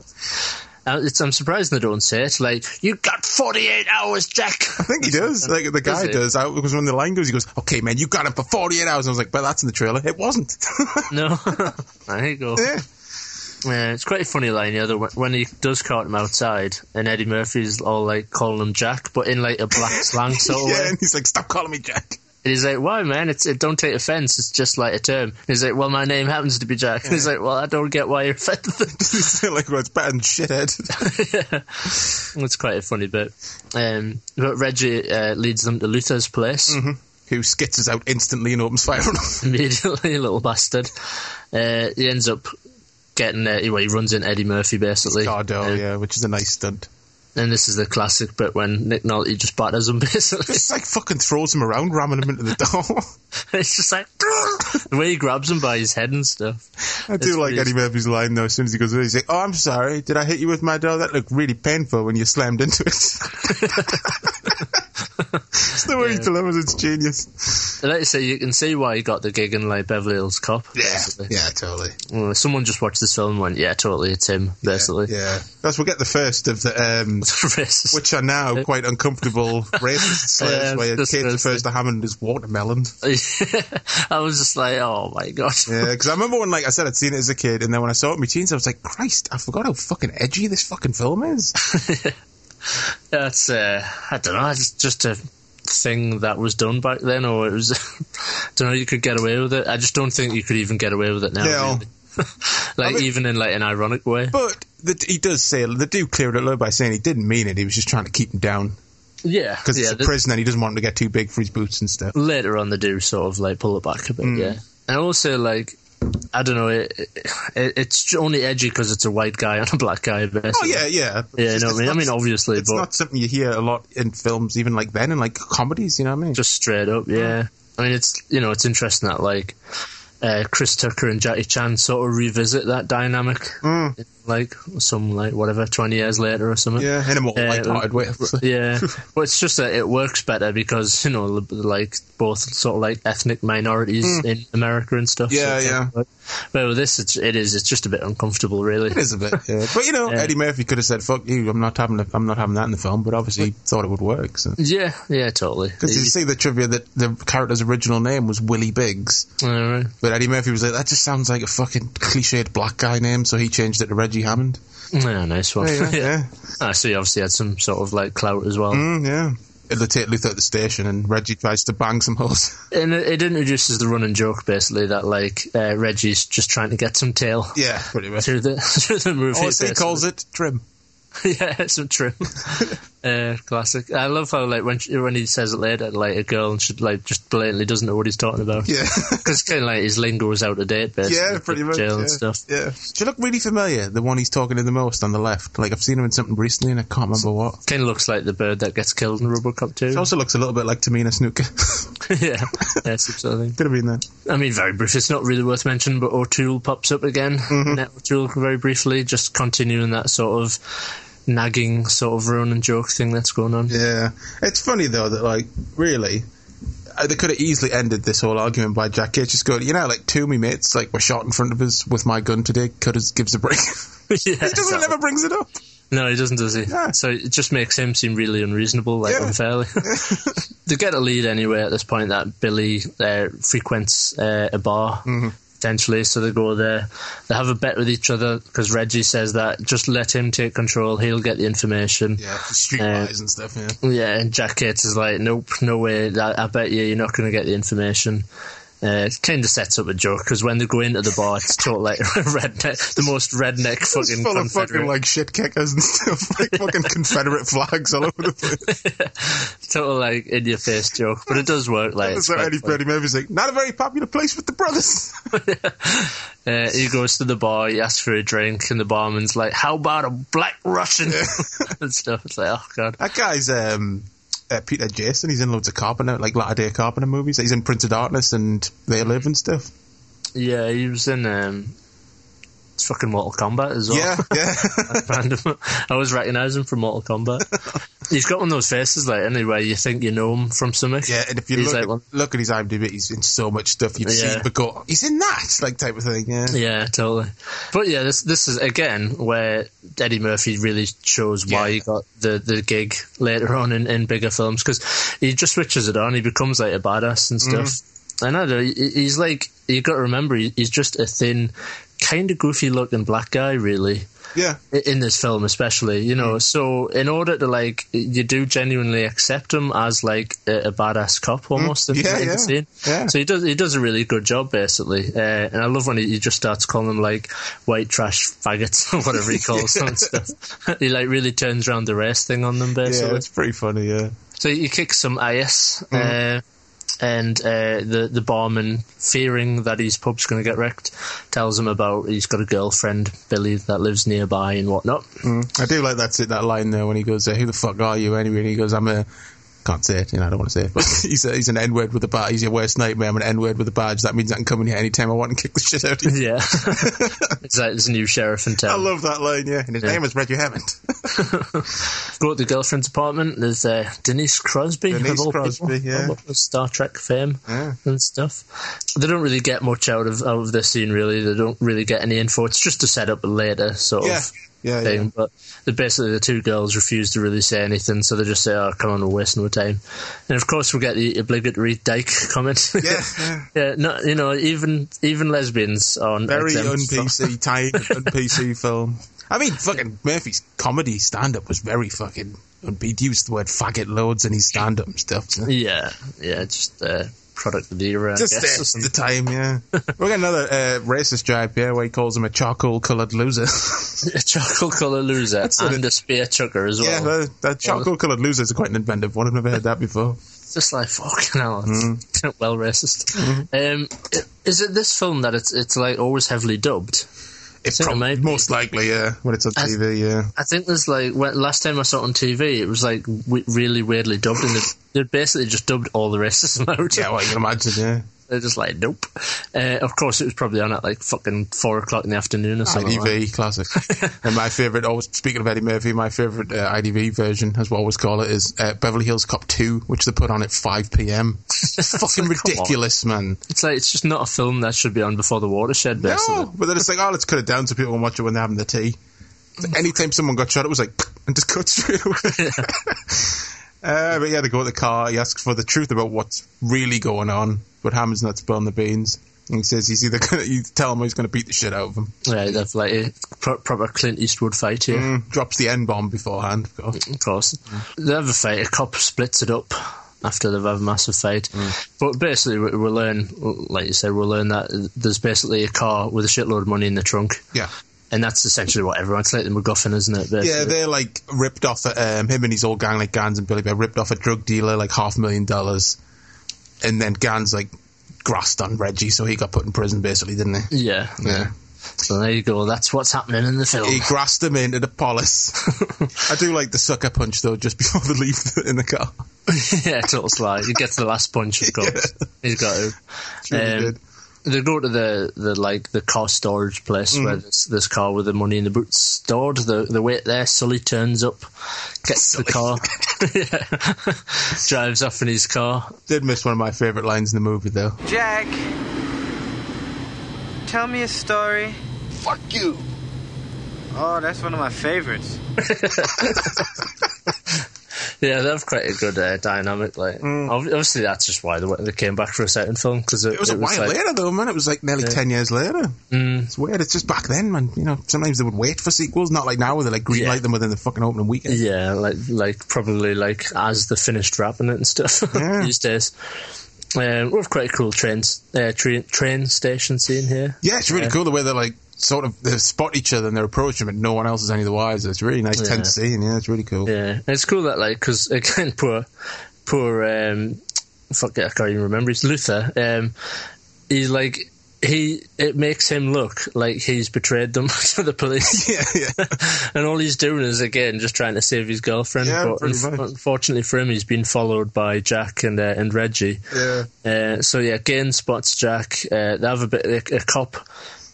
Speaker 4: Uh, it's, I'm surprised they don't say it. Like, you got 48 hours, Jack.
Speaker 3: I think he does. Like the guy
Speaker 4: he?
Speaker 3: does. I, because when the line goes, he goes, "Okay, man, you got him for forty eight hours." I was like, "But that's in the trailer. It wasn't."
Speaker 4: No. there you go.
Speaker 3: yeah.
Speaker 4: Yeah, it's quite a funny line, the other one- when he does caught him outside, and Eddie Murphy's all like calling him Jack, but in like a black slang sort of
Speaker 3: yeah,
Speaker 4: way.
Speaker 3: and he's like, "Stop calling me Jack."
Speaker 4: And he's like, "Why, man? It's it don't take offense. It's just like a term." And he's like, "Well, my name happens to be Jack." And he's like, "Well, I don't get why you're offended."
Speaker 3: He's like, well, "It's better than shithead."
Speaker 4: That's quite a funny bit. Um, but Reggie uh, leads them to Luther's
Speaker 3: Mm-hmm.
Speaker 4: place.
Speaker 3: Who skitters out instantly and opens fire on him?
Speaker 4: immediately, little bastard. Uh, he ends up getting uh, well, he runs into Eddie Murphy basically.
Speaker 3: Car door,
Speaker 4: Uh,
Speaker 3: Oh, yeah, which is a nice stunt.
Speaker 4: And this is the classic bit when Nick Nolte just batters him basically.
Speaker 3: It's like fucking throws him around, ramming him into the door.
Speaker 4: it's just like the way he grabs him by his head and stuff.
Speaker 3: I do
Speaker 4: It's
Speaker 3: like
Speaker 4: pretty-
Speaker 3: Eddie Murphy's line though. As soon as he goes, over, he's like, "Oh, I'm sorry. Did I hit you with my door? That looked really painful when you slammed into it." it's the way he delivers. It's genius.
Speaker 4: Like I say, you can see why he got the gig in like Beverly Hills Cop. basically.
Speaker 3: yeah, totally.
Speaker 4: Well, Someone just watched this film and went, "Yeah, totally, it's him." Basically,
Speaker 3: yeah. Because we get the first of the, um,
Speaker 4: Racist.
Speaker 3: which are now quite uncomfortable racist slurs
Speaker 4: Yeah,
Speaker 3: where Kate
Speaker 4: disgusting.
Speaker 3: refers to Hammond as watermelon.
Speaker 4: I was just like, "Oh my god!"
Speaker 3: Yeah, because I remember when, like I said, I'd seen it as a kid, and then when I saw it in my teens, I was like, Christ, I forgot how fucking edgy this fucking film is.
Speaker 4: That's uh, I don't know. It's just a thing that was done back then, or it was. I don't know. You could get away with it. I just don't think you could even get away with it now.
Speaker 3: Yeah.
Speaker 4: really. like
Speaker 3: mean-
Speaker 4: even in like an ironic way.
Speaker 3: But the, he does say they do clear it up by saying he didn't mean it. He was just trying to keep him down
Speaker 4: yeah,
Speaker 3: because
Speaker 4: yeah.
Speaker 3: it's a
Speaker 4: the-
Speaker 3: prison and he doesn't want him to get too big for his boots and stuff.
Speaker 4: later on, they do sort of like pull it back a bit.
Speaker 3: Mm.
Speaker 4: Yeah, and also like. I don't know. It, it, it's only edgy because it's a white guy and a black guy. Basically.
Speaker 3: Oh yeah, yeah,
Speaker 4: yeah. You
Speaker 3: It's-
Speaker 4: know what I mean?
Speaker 3: it's
Speaker 4: I mean,
Speaker 3: not-
Speaker 4: obviously,
Speaker 3: it's
Speaker 4: but
Speaker 3: not something you hear a lot in films, even like then, and like comedies. You know what I mean?
Speaker 4: just straight up. Yeah, I mean it's you know it's interesting that like uh, Chris Tucker and Jackie Chan sort of revisit that dynamic, in, like some like whatever twenty years later or something.
Speaker 3: Mm. yeah, in a more
Speaker 4: Yeah,
Speaker 3: light-hearted way. obviously.
Speaker 4: Yeah, well, it's just that it works better because you know, like both sort of like ethnic minorities in America and stuff.
Speaker 3: Mm. Yeah,
Speaker 4: it
Speaker 3: yeah.
Speaker 4: can work. But with this, it's, it is. It's just a bit uncomfortable, really.
Speaker 3: It is a bit, yeah. but you know,
Speaker 4: Yeah.
Speaker 3: Eddie Murphy could have said, "Fuck you, I'm not having, a, I'm not having that in the film." But obviously, he thought it would work. So.
Speaker 4: Yeah, yeah, totally.
Speaker 3: Because you see the trivia that the character's original name was Willie Biggs,
Speaker 4: All right.
Speaker 3: but Eddie Murphy was like, "That just sounds like a fucking cliched black guy name," so he changed it to Reggie Hammond.
Speaker 4: Yeah, nice one.
Speaker 3: Yeah,
Speaker 4: Yeah.
Speaker 3: Oh, yeah.
Speaker 4: Ah, so you obviously had some sort of like clout as well.
Speaker 3: Mm, yeah. They take Luther at the station, and Reggie tries to bang some hoes.
Speaker 4: And it, it introduces the running joke basically that like uh, Reggie's just trying to get some tail
Speaker 3: Yeah, pretty much.
Speaker 4: through the through the movie.
Speaker 3: Or as he
Speaker 4: basically.
Speaker 3: calls it, trim.
Speaker 4: yeah, some trim. uh, classic. I love how like when she, when he says it later, like a girl and she like just blatantly doesn't know what he's talking about.
Speaker 3: Yeah,
Speaker 4: because kind of like his lingo is out of date. Basically,
Speaker 3: yeah, pretty much.
Speaker 4: Jail
Speaker 3: yeah.
Speaker 4: and stuff.
Speaker 3: Yeah, she look really familiar. The one he's talking to the most on the left. Like I've seen him in something recently, and I can't remember what.
Speaker 4: Kind of looks like the bird that gets killed in RoboCop too.
Speaker 3: She also looks a little bit like Tamina Snooker.
Speaker 4: yeah, yeah, some sort of thing.
Speaker 3: Could have been that.
Speaker 4: I mean, very brief. It's not really worth mentioning, but O'Toole pops up again.
Speaker 3: Mm-hmm.
Speaker 4: Net O'Toole, very briefly, just continuing that sort of nagging sort of run and joke thing that's going on.
Speaker 3: Yeah, it's funny though that like really. uh, They could have easily ended this whole argument by Jack Cage just going, you know, like two of me mates, like were shot in front of us with my gun today. Could us gives a break. he
Speaker 4: Yeah,
Speaker 3: doesn't
Speaker 4: exactly.
Speaker 3: never brings it up.
Speaker 4: No, he doesn't, does he?
Speaker 3: Yeah.
Speaker 4: So it just makes him seem really unreasonable, like
Speaker 3: Yeah.
Speaker 4: unfairly. they get a lead anyway at this point that Billy uh, frequents uh, a bar.
Speaker 3: Mm-hmm.
Speaker 4: Potentially, so they go there. They have a bet with each other because Reggie says that just let him take control; he'll get the information.
Speaker 3: Yeah, street
Speaker 4: Uh,
Speaker 3: lies and stuff. Yeah.
Speaker 4: Yeah, and Jack Gates is like, nope, no way. I, I bet you you're not going to get the information. Uh, it kind of sets up a joke because when they go into the bar, it's taught like redneck, the most redneck
Speaker 3: It's
Speaker 4: fucking
Speaker 3: full of
Speaker 4: Confederate.
Speaker 3: fucking like shit kickers and stuff, like fucking Confederate flags all over the place.
Speaker 4: total like in your face joke, but it does work. Like it's
Speaker 3: so
Speaker 4: quite
Speaker 3: Eddie
Speaker 4: funny.
Speaker 3: Freddie Murphy's like, not a very popular place with the brothers.
Speaker 4: Uh, he goes to the bar, he asks for a drink, and the barman's like, "How about a black Russian?" and stuff. It's like, oh god,
Speaker 3: That guy's um, uh, Peter Jason. He's in loads of Carpenter, like latter day Carpenter movies. He's in Prince of Darkness and They Live and stuff.
Speaker 4: yeah, he was in um, fucking Mortal Kombat as well.
Speaker 3: Yeah, yeah.
Speaker 4: Random. I always recognise him from Mortal Kombat. He's got one of those faces, like anyway, you think you know him from something.
Speaker 3: Yeah, and if you
Speaker 4: He's
Speaker 3: look,
Speaker 4: like
Speaker 3: at,
Speaker 4: one-
Speaker 3: look at his IMDb, he's in so much stuff you've
Speaker 4: Yeah.
Speaker 3: seen, but go, he's in that, like type of thing. Yeah,
Speaker 4: Yeah, totally. But yeah, this this is again where Eddie Murphy really shows why
Speaker 3: Yeah.
Speaker 4: he got the, the gig later on in, in bigger films because he just switches it on. He becomes like a badass and
Speaker 3: Mm-hmm.
Speaker 4: stuff. And I know he- he's like you got to remember he- he's just a thin, kind of goofy looking black guy really
Speaker 3: yeah,
Speaker 4: i- in this film especially you
Speaker 3: Mm.
Speaker 4: know so in order to like you do genuinely accept him as like a, a badass cop almost in,
Speaker 3: Mm. Yeah,
Speaker 4: in
Speaker 3: yeah.
Speaker 4: the scene
Speaker 3: Yeah.
Speaker 4: so he does he does a really good job basically uh, and i love when he, he just starts calling them like white trash faggots or whatever he calls them and stuff he like really turns around the race thing on them
Speaker 3: yeah.
Speaker 4: basically
Speaker 3: it's pretty funny. Yeah,
Speaker 4: so you kick some ass,
Speaker 3: Mm.
Speaker 4: uh, and uh, the the barman, fearing that his pub's going to get wrecked, tells him about he's got a girlfriend, Billy, that lives nearby and whatnot.
Speaker 3: I do like that that line there when he goes, uh, "Who the fuck are you?" Anyway, and he goes, "I'm a." Can't say it, you know. I don't want to say it, but he's a, he's an N word with a badge. He's your worst nightmare. I'm an N word with a badge. That means I can come in here anytime I want and kick the shit out of you.
Speaker 4: Yeah, it's like this new sheriff in town.
Speaker 3: I love that line. Yeah, and his
Speaker 4: Yeah.
Speaker 3: name is Red. You haven't.
Speaker 4: Go to the girlfriend's apartment. There's uh, Denise Crosby, of
Speaker 3: Denise
Speaker 4: all
Speaker 3: Crosby,
Speaker 4: people,
Speaker 3: yeah.
Speaker 4: of Star Trek fame
Speaker 3: Yeah.
Speaker 4: and stuff. They don't really get much out of out of this scene. Really, they don't really get any info. It's just to set up a later sort
Speaker 3: Yeah.
Speaker 4: of
Speaker 3: Yeah,
Speaker 4: thing.
Speaker 3: yeah.
Speaker 4: But the, basically, the two girls refuse to really say anything, so they just say, "Oh, come on, we're wasting our time." And of course, we get the obligatory dyke comment.
Speaker 3: Yeah, yeah.
Speaker 4: yeah. Not you know, even even lesbians are
Speaker 3: Very
Speaker 4: exempt from-
Speaker 3: un-PC, tight, un-PC film. I mean, fucking Murphy's comedy stand-up was very fucking... un- He'd used the word faggot loads in his stand-up and stuff. so-
Speaker 4: Yeah, yeah, just uh, product of the era. I
Speaker 3: Just
Speaker 4: guess, or
Speaker 3: that's the time, yeah. we got another uh, racist jibe here where he calls him a charcoal-coloured loser.
Speaker 4: a charcoal colour loser
Speaker 3: what
Speaker 4: and a spear chucker as
Speaker 3: yeah,
Speaker 4: well.
Speaker 3: the, the charcoal-coloured losers are quite an inventive one. I've never heard that before.
Speaker 4: It's just like fucking hell,
Speaker 3: Mm.
Speaker 4: it's well racist.
Speaker 3: Mm-hmm.
Speaker 4: Um, i- is it this film that it's it's like always heavily dubbed?
Speaker 3: It's
Speaker 4: So it
Speaker 3: probably,
Speaker 4: might be-
Speaker 3: most likely, yeah, when it's on
Speaker 4: I-
Speaker 3: TV, yeah.
Speaker 4: I think there's like when, last time I saw it on TV, it was like w- really weirdly dubbed, and they- they basically just dubbed all the racism out.
Speaker 3: Yeah, well, you can imagine, yeah.
Speaker 4: They're just like, nope. Uh, of course, it was probably on at like fucking four o'clock in the afternoon or
Speaker 3: Ah,
Speaker 4: something. like that.
Speaker 3: IDV classic. and my favorite, always speaking of Eddie Murphy, my favorite uh, IDV version, as we always call it, is uh, Beverly Hills Cop Two, which they put on at five p.m. It's fucking
Speaker 4: Come on.
Speaker 3: ridiculous, man.
Speaker 4: It's like it's just not a film that should be on before the watershed. Basically.
Speaker 3: No, but then it's like, oh, let's cut it down so people can watch it when they're having their tea. It's like, Anytime someone got shot, it was like, and just cut straight away. Uh, but yeah, they go to the car. He asks for the truth about what's really going on, but Hammond's not spilling the beans. And he says he's either going to you tell him he's going to beat the shit out of him.
Speaker 4: Right, that's like a pro- proper Clint Eastwood fight here,
Speaker 3: Mm. Drops the N bomb beforehand, of course.
Speaker 4: of course. They have a fight, a cop splits it up after they've had a massive fight. But basically, we- we'll learn, like you said, we'll learn that there's basically a car with a shitload of money in the trunk.
Speaker 3: Yeah.
Speaker 4: And that's essentially what everyone's like the MacGuffin, isn't it? Basically.
Speaker 3: Yeah, they're like ripped off um, him and his old gang, like Gans and Billy Bear, ripped off a drug dealer like half a million dollars, and then Gans like grassed on Reggie, so he got put in prison basically, didn't he?
Speaker 4: yeah.
Speaker 3: Yeah,
Speaker 4: So there you go. That's what's happening in the film.
Speaker 3: he grassed him into the polis. I do like the sucker punch though, just before they leave the, in the car.
Speaker 4: yeah, total slide. He gets the last punch, of course. He's got to.
Speaker 3: really
Speaker 4: Um,
Speaker 3: good.
Speaker 4: They go to the, the like the car storage place
Speaker 3: Mm.
Speaker 4: where this, this car with the money in the boot's stored. The the wait there. Sully turns up, gets the car, Yeah. drives off in his car.
Speaker 3: Did miss one of my favorite lines in the movie though.
Speaker 7: Jack, tell me a story.
Speaker 5: Fuck you.
Speaker 7: Oh, that's one of my favorites.
Speaker 4: Yeah, they have quite a good uh, dynamic. Like, Ob- obviously that's just why they, went- they came back for a second film because it,
Speaker 3: Mm. It was a while
Speaker 4: like, Mm.
Speaker 3: later though, man. It was like nearly ten years later. It's weird. It's just back then, man. You know, sometimes they would wait for sequels, not like now where they like greenlight
Speaker 4: Yeah.
Speaker 3: them within the fucking opening weekend.
Speaker 4: Yeah, like like probably like as they finished wrapping it and stuff
Speaker 3: Yeah.
Speaker 4: these days. Um, we have quite a cool train uh, tra- train station scene here.
Speaker 3: Yeah, it's really cool the way they're like sort of they spot each other and they're approaching, but no one else is any the wiser. It's a really nice, tense scene. Yeah, it's really cool.
Speaker 4: Yeah, and it's cool that like because again, poor, poor, um, fuck it, I can't even remember. It's Luther. Um, he's like he. It makes him look like he's betrayed them to the police,
Speaker 3: Yeah, yeah,
Speaker 4: and all he's doing is again just trying to save his girlfriend.
Speaker 3: Yeah,
Speaker 4: but
Speaker 3: pretty much.
Speaker 4: unfortunately for him, he's been followed by Jack and uh, and Reggie.
Speaker 3: yeah.
Speaker 4: Uh, so yeah, Gain spots Jack. Uh, they have a bit. A, a cop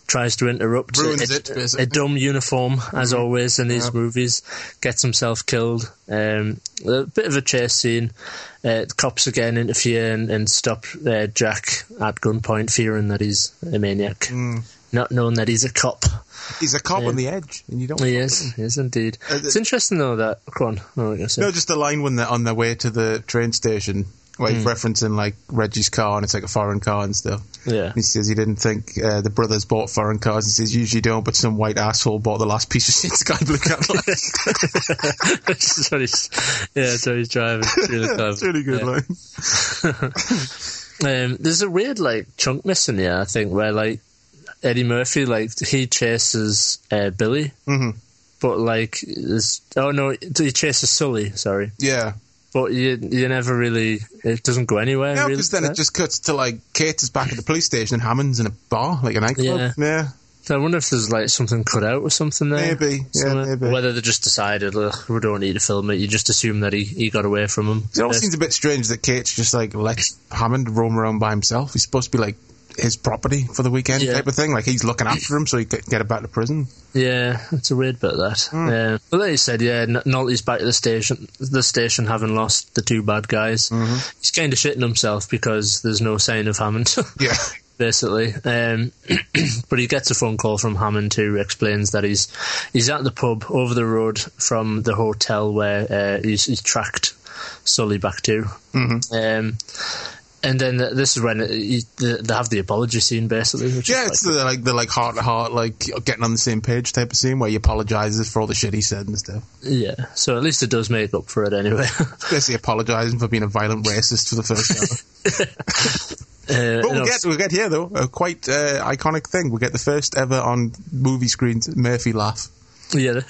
Speaker 4: tries to interrupt.
Speaker 3: Ruins
Speaker 4: a,
Speaker 3: it,
Speaker 4: a-
Speaker 3: basically. Mm-hmm.
Speaker 4: a dumb uniform, as always in these movies, gets himself killed. Um, a bit of a chase scene. Uh, the cops again interfere and, and stop uh, Jack at gunpoint, fearing that he's a maniac,
Speaker 3: Mm.
Speaker 4: not knowing that he's a cop.
Speaker 3: He's a cop on the edge, and you don't.
Speaker 4: He is, he is indeed.
Speaker 3: Uh, the-
Speaker 4: it's interesting though that. Go on. what were you gonna say?
Speaker 3: No, just the line when they're on their way to the train station, where
Speaker 4: Hmm.
Speaker 3: he's referencing like Reggie's car, and it's like a foreign car and stuff.
Speaker 4: Yeah.
Speaker 3: He says he didn't think uh, the brothers bought foreign cars. He says usually don't, but some white asshole bought the last piece of shit Sky Blue Cadillac.
Speaker 4: That's what he's- yeah, that's what he's driving. It's Really
Speaker 3: That's a
Speaker 4: clever.
Speaker 3: really good
Speaker 4: Yeah.
Speaker 3: line.
Speaker 4: Um, there's a weird like chunk missing here, I think, where like Eddie Murphy like he chases uh, Billy,
Speaker 3: Mm-hmm.
Speaker 4: but like there's oh no, he chases Sully, sorry,
Speaker 3: Yeah.
Speaker 4: but you you never really it doesn't go anywhere.
Speaker 3: No,
Speaker 4: really,
Speaker 3: because then
Speaker 4: does
Speaker 3: it just cuts to like Kate is back at the police station and Hammond's in a bar, like a nightclub.
Speaker 4: Yeah.
Speaker 3: Yeah,
Speaker 4: So I wonder if there's like something cut out or something there.
Speaker 3: Maybe, yeah,
Speaker 4: Somewhere.
Speaker 3: maybe.
Speaker 4: Whether they just decided, look, we don't need to film it. You just assume that he, he got away from him.
Speaker 3: it always seems a bit strange that Kate just like lets Hammond roam around by himself. He's supposed to be like his property for the weekend
Speaker 4: Yeah.
Speaker 3: type of thing. Like he's looking after him so he could get him back to prison.
Speaker 4: Yeah, it's a weird bit of that.
Speaker 3: Hmm.
Speaker 4: Yeah. But like you said, yeah, N- Nolte's back to the station. The station having lost the two bad guys,
Speaker 3: Mm-hmm.
Speaker 4: he's kind of shitting himself because there's no sign of Hammond,
Speaker 3: Yeah,
Speaker 4: basically. Um, but he gets a phone call from Hammond who explains that he's he's at the pub over the road from the hotel where uh, he's, he's tracked Sully back to.
Speaker 3: Mm-hmm.
Speaker 4: Um, and then th- this is when it- he, th- they have the apology scene, basically. Which
Speaker 3: yeah.
Speaker 4: is
Speaker 3: It's
Speaker 4: like-
Speaker 3: the, like the like heart to heart, like getting on the same page type of scene where he apologizes for all the shit he said and stuff.
Speaker 4: yeah. So at least it does make up for it anyway.
Speaker 3: Basically apologizing for being a violent racist for the first time.
Speaker 4: Uh,
Speaker 3: But
Speaker 4: and
Speaker 3: we'll
Speaker 4: also-
Speaker 3: get, we'll get here though, a quite uh, iconic thing. We'll get the first ever on movie screens Murphy laugh.
Speaker 4: Yeah.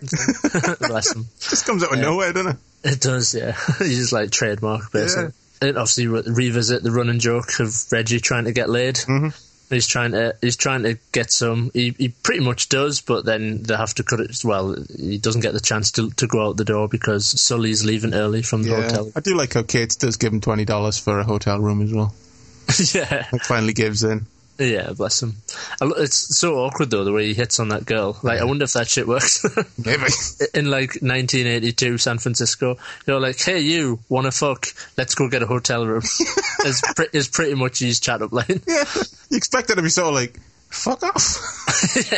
Speaker 4: Bless him.
Speaker 3: Just comes out of nowhere, doesn't it?
Speaker 4: It does, yeah. He's just like trademark, basically. It obviously re- revisit the running joke of Reggie trying to get laid.
Speaker 3: Mm-hmm.
Speaker 4: He's trying to he's trying to get some. He, he pretty much does, but then they have to cut it. Well, he doesn't get the chance to to go out the door because Sully's leaving early from the hotel.
Speaker 3: I do like how Kate does give him twenty dollars for a hotel room as well.
Speaker 4: yeah,
Speaker 3: Like finally gives in.
Speaker 4: yeah, bless him. I lo- It's so awkward though the way he hits on that girl. Like, I wonder if that shit works.
Speaker 3: Maybe.
Speaker 4: in like 1982 San Francisco. You're like, hey, you want to fuck? Let's go get a hotel room. is, pre- is pretty much his chat up line.
Speaker 3: yeah. You expect that to be sort of like fuck off.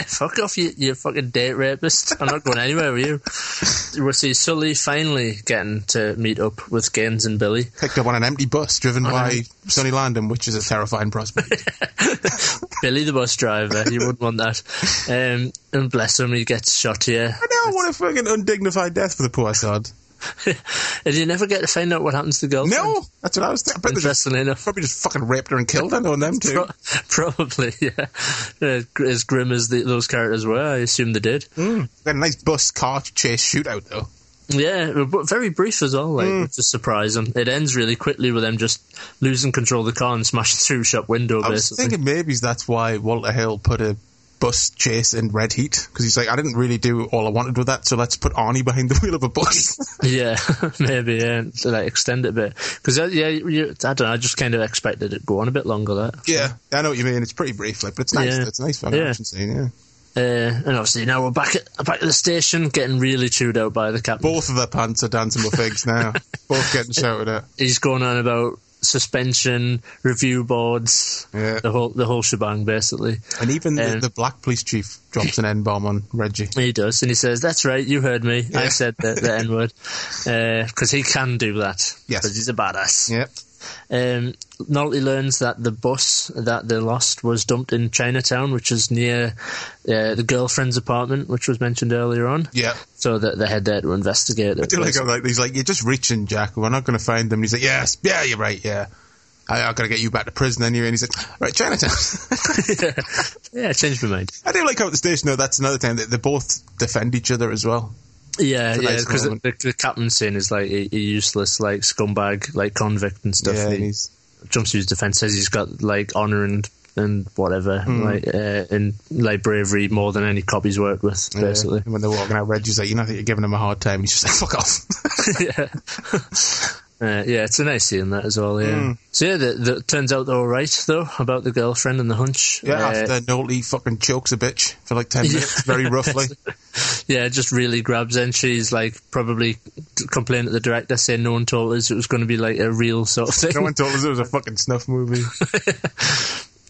Speaker 4: Fuck off, you, you fucking date rapist. I'm not going anywhere with you. We'll see Sully finally getting to meet up with Gaines and Billy.
Speaker 3: Picked up on an empty bus driven by Sonny Landham, which is a terrifying prospect.
Speaker 4: Billy, the bus driver, you wouldn't want that. Um, and bless him, he gets shot here.
Speaker 3: I know what a fucking undignified death for the poor sod.
Speaker 4: And you never get to find out what happens to the girlfriend.
Speaker 3: No, that's what I was. Th- I bet they just,
Speaker 4: Interestingly enough.
Speaker 3: probably just fucking raped her and killed her. Knowing them too.
Speaker 4: Pro- probably, yeah. Uh, gr- as grim as the, those characters were, I assume they did.
Speaker 3: Got a nice bus car chase shootout though.
Speaker 4: Yeah, but very brief as well,
Speaker 3: Hmm.
Speaker 4: like, which is surprising. It ends really quickly with them just losing control of the car and smashing through shop window,
Speaker 3: I was
Speaker 4: basically.
Speaker 3: thinking maybe that's why Walter Hill put a bus chase in Red Heat because he's like, I didn't really do all I wanted with that, so let's put Arnie behind the wheel of a bus.
Speaker 4: Yeah, maybe, yeah, and to, like, extend it a bit. Because, yeah, you, I don't know, I just kind of expected it to go on a bit longer, that.
Speaker 3: yeah, I know what you mean. It's pretty brief, like, but it's nice.
Speaker 4: Yeah.
Speaker 3: It's a nice fun
Speaker 4: Yeah.
Speaker 3: action scene. Yeah,
Speaker 4: Uh, and obviously now we're back at, back at the station, getting really chewed out by the captain.
Speaker 3: both of their pants are dancing with figs now. Both getting shouted at.
Speaker 4: He's going on about suspension, review boards,
Speaker 3: Yeah.
Speaker 4: the whole the whole shebang, basically.
Speaker 3: And even
Speaker 4: Um,
Speaker 3: the, the black police chief drops an N bomb on Reggie.
Speaker 4: He does, and he says, "That's right, you heard me. I said the, the N word because he can do that.
Speaker 3: Yes.
Speaker 4: because he's a badass."
Speaker 3: Yep.
Speaker 4: Um, Nolte learns that the bus that they lost was dumped in Chinatown, which is near uh, the girlfriend's apartment, which was mentioned earlier on.
Speaker 3: Yeah.
Speaker 4: So that they head there to investigate it.
Speaker 3: Do like, I'm like, he's like, you're just reaching, Jack. We're not going to find them. He's like, yes, yeah, you're right, yeah. I, I gotta get you back to prison anyway. And he's like, right, Chinatown.
Speaker 4: yeah, I changed my mind.
Speaker 3: I do like how at the station though. That's another time that they both defend each other as well.
Speaker 4: Yeah,
Speaker 3: It's a
Speaker 4: yeah,
Speaker 3: nice
Speaker 4: because
Speaker 3: moment.
Speaker 4: the, the captain saying is like a, a useless, like scumbag, like convict and stuff.
Speaker 3: Yeah,
Speaker 4: and
Speaker 3: and
Speaker 4: he
Speaker 3: he's-
Speaker 4: jumps to his defense, says he's got like honor and and whatever,
Speaker 3: Hmm.
Speaker 4: like uh, and like bravery more than any cop he's worked with, basically.
Speaker 3: And when they're walking out, Reggie's like, you know, I think you're giving him a hard time. And he's just like, fuck off.
Speaker 4: yeah. Uh, yeah, it's a nice scene that as well. Yeah.
Speaker 3: Hmm.
Speaker 4: So yeah, that that turns out they're all right though about the girlfriend and the hunch.
Speaker 3: yeah,
Speaker 4: Uh,
Speaker 3: after Nolte fucking chokes a bitch for like 10
Speaker 4: Yeah.
Speaker 3: minutes, very roughly.
Speaker 4: yeah, just really grabs in. She's like probably complained at the director saying no one told us it was going to be like a real sort of thing.
Speaker 3: no one told us it was a fucking snuff movie.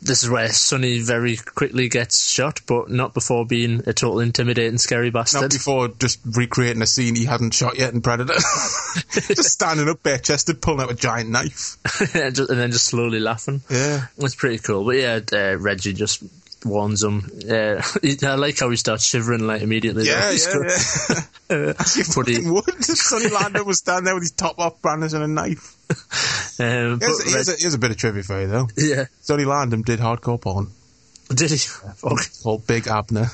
Speaker 4: this is where Sonny very quickly gets shot, but not before being a total intimidating, scary
Speaker 3: Not
Speaker 4: bastard.
Speaker 3: before just recreating a scene he hadn't shot yet in Predator. just standing up bare chested, pulling out a giant knife.
Speaker 4: and ju- and then just slowly laughing.
Speaker 3: Yeah.
Speaker 4: It's pretty cool. But yeah, uh, Reggie just warns him. Uh, he- I like how he starts shivering like immediately.
Speaker 3: Yeah,
Speaker 4: though.
Speaker 3: yeah,
Speaker 4: He's got-
Speaker 3: yeah. As you
Speaker 4: But he-
Speaker 3: fucking would. If Sonny Lando was standing there with his top off, brandishing and a knife.
Speaker 4: Um, but
Speaker 3: Here's, here's, a,
Speaker 4: Reg-
Speaker 3: here's a bit of trivia for you, though.
Speaker 4: yeah.
Speaker 3: Sonny Landham did hardcore porn.
Speaker 4: Did he? Fuck.
Speaker 3: It's called Big Abner.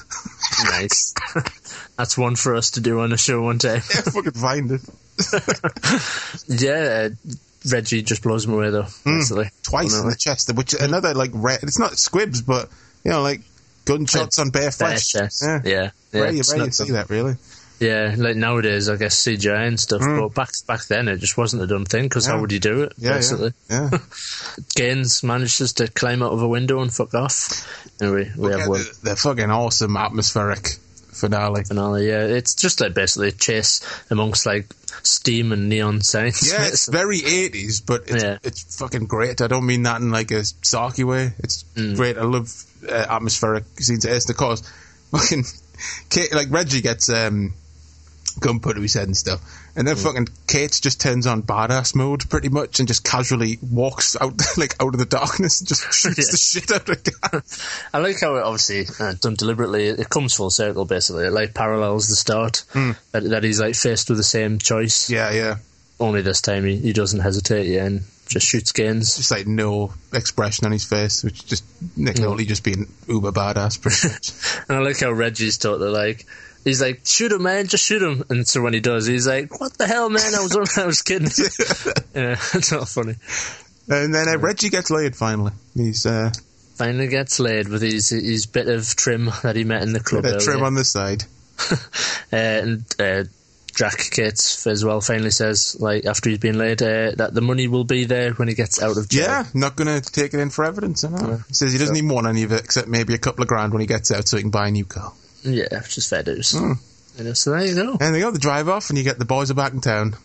Speaker 4: nice. That's one for us to do on a show one day.
Speaker 3: yeah, fucking find it.
Speaker 4: Yeah, uh, Reggie just blows him away though. Basically,
Speaker 3: Hmm. twice in the chest, which another like red. It's not squibs, but you know, like gunshots on bare
Speaker 4: Bare
Speaker 3: flesh.
Speaker 4: chest. Yeah, yeah.
Speaker 3: Rare, you-
Speaker 4: It's
Speaker 3: rare you see
Speaker 4: not something-
Speaker 3: that really.
Speaker 4: Yeah, like nowadays, I guess CGI and stuff. But back back then, it just wasn't a dumb thing because
Speaker 3: Yeah.
Speaker 4: how would you do it?
Speaker 3: Yeah,
Speaker 4: basically,
Speaker 3: yeah. yeah.
Speaker 4: Gaines manages to climb out of a window and fuck off. Anyway, we
Speaker 3: Yeah,
Speaker 4: have one
Speaker 3: they're, they're fucking awesome, atmospheric finale.
Speaker 4: finale. Yeah, it's just like basically a chase amongst like steam and neon signs.
Speaker 3: Yeah, it's very eighties, but it's,
Speaker 4: Yeah.
Speaker 3: it's fucking great. I don't mean that in like a sarky way. It's
Speaker 4: Mm.
Speaker 3: great. I love uh, atmospheric scenes. It's the cause. Fucking Kate, like Reggie gets um, gun put to his head and stuff, and
Speaker 4: Mm.
Speaker 3: then fucking Kate just turns on badass mode pretty much and just casually walks out like out of the darkness and just shoots
Speaker 4: Yeah.
Speaker 3: the shit out of the guy.
Speaker 4: I like how it obviously uh, done deliberately. It comes full circle basically. It like parallels the start that, that he's like faced with the same choice.
Speaker 3: Hmm. Yeah, yeah.
Speaker 4: Only this time he, he doesn't hesitate yeah, and just shoots Gaines.
Speaker 3: Just like no expression on his face, which just Nick
Speaker 4: Mm.
Speaker 3: Nolte just being uber badass pretty much.
Speaker 4: And I like how Reggie's taught that, like, he's like, shoot him, man, just shoot him. And so when he does, he's like, what the hell, man? I was on, I was kidding. yeah, it's not funny.
Speaker 3: and then uh, Reggie gets laid finally. He's uh,
Speaker 4: Finally gets laid with his his bit of trim that he met in the club.
Speaker 3: Bit of trim
Speaker 4: earlier.
Speaker 3: on the side.
Speaker 4: uh, and uh, Jack Cates as well finally says, like, after he's been laid, uh, that the money will be there when he gets out of jail.
Speaker 3: Yeah, not going to take it in for evidence. I know. He says he doesn't even want any of it except maybe a couple of grand when he gets out so he can buy a new car.
Speaker 4: Yeah, which is fair dues.
Speaker 3: Hmm.
Speaker 4: You know, so there you go.
Speaker 3: And they go, the drive off, and you get the boys are back in town.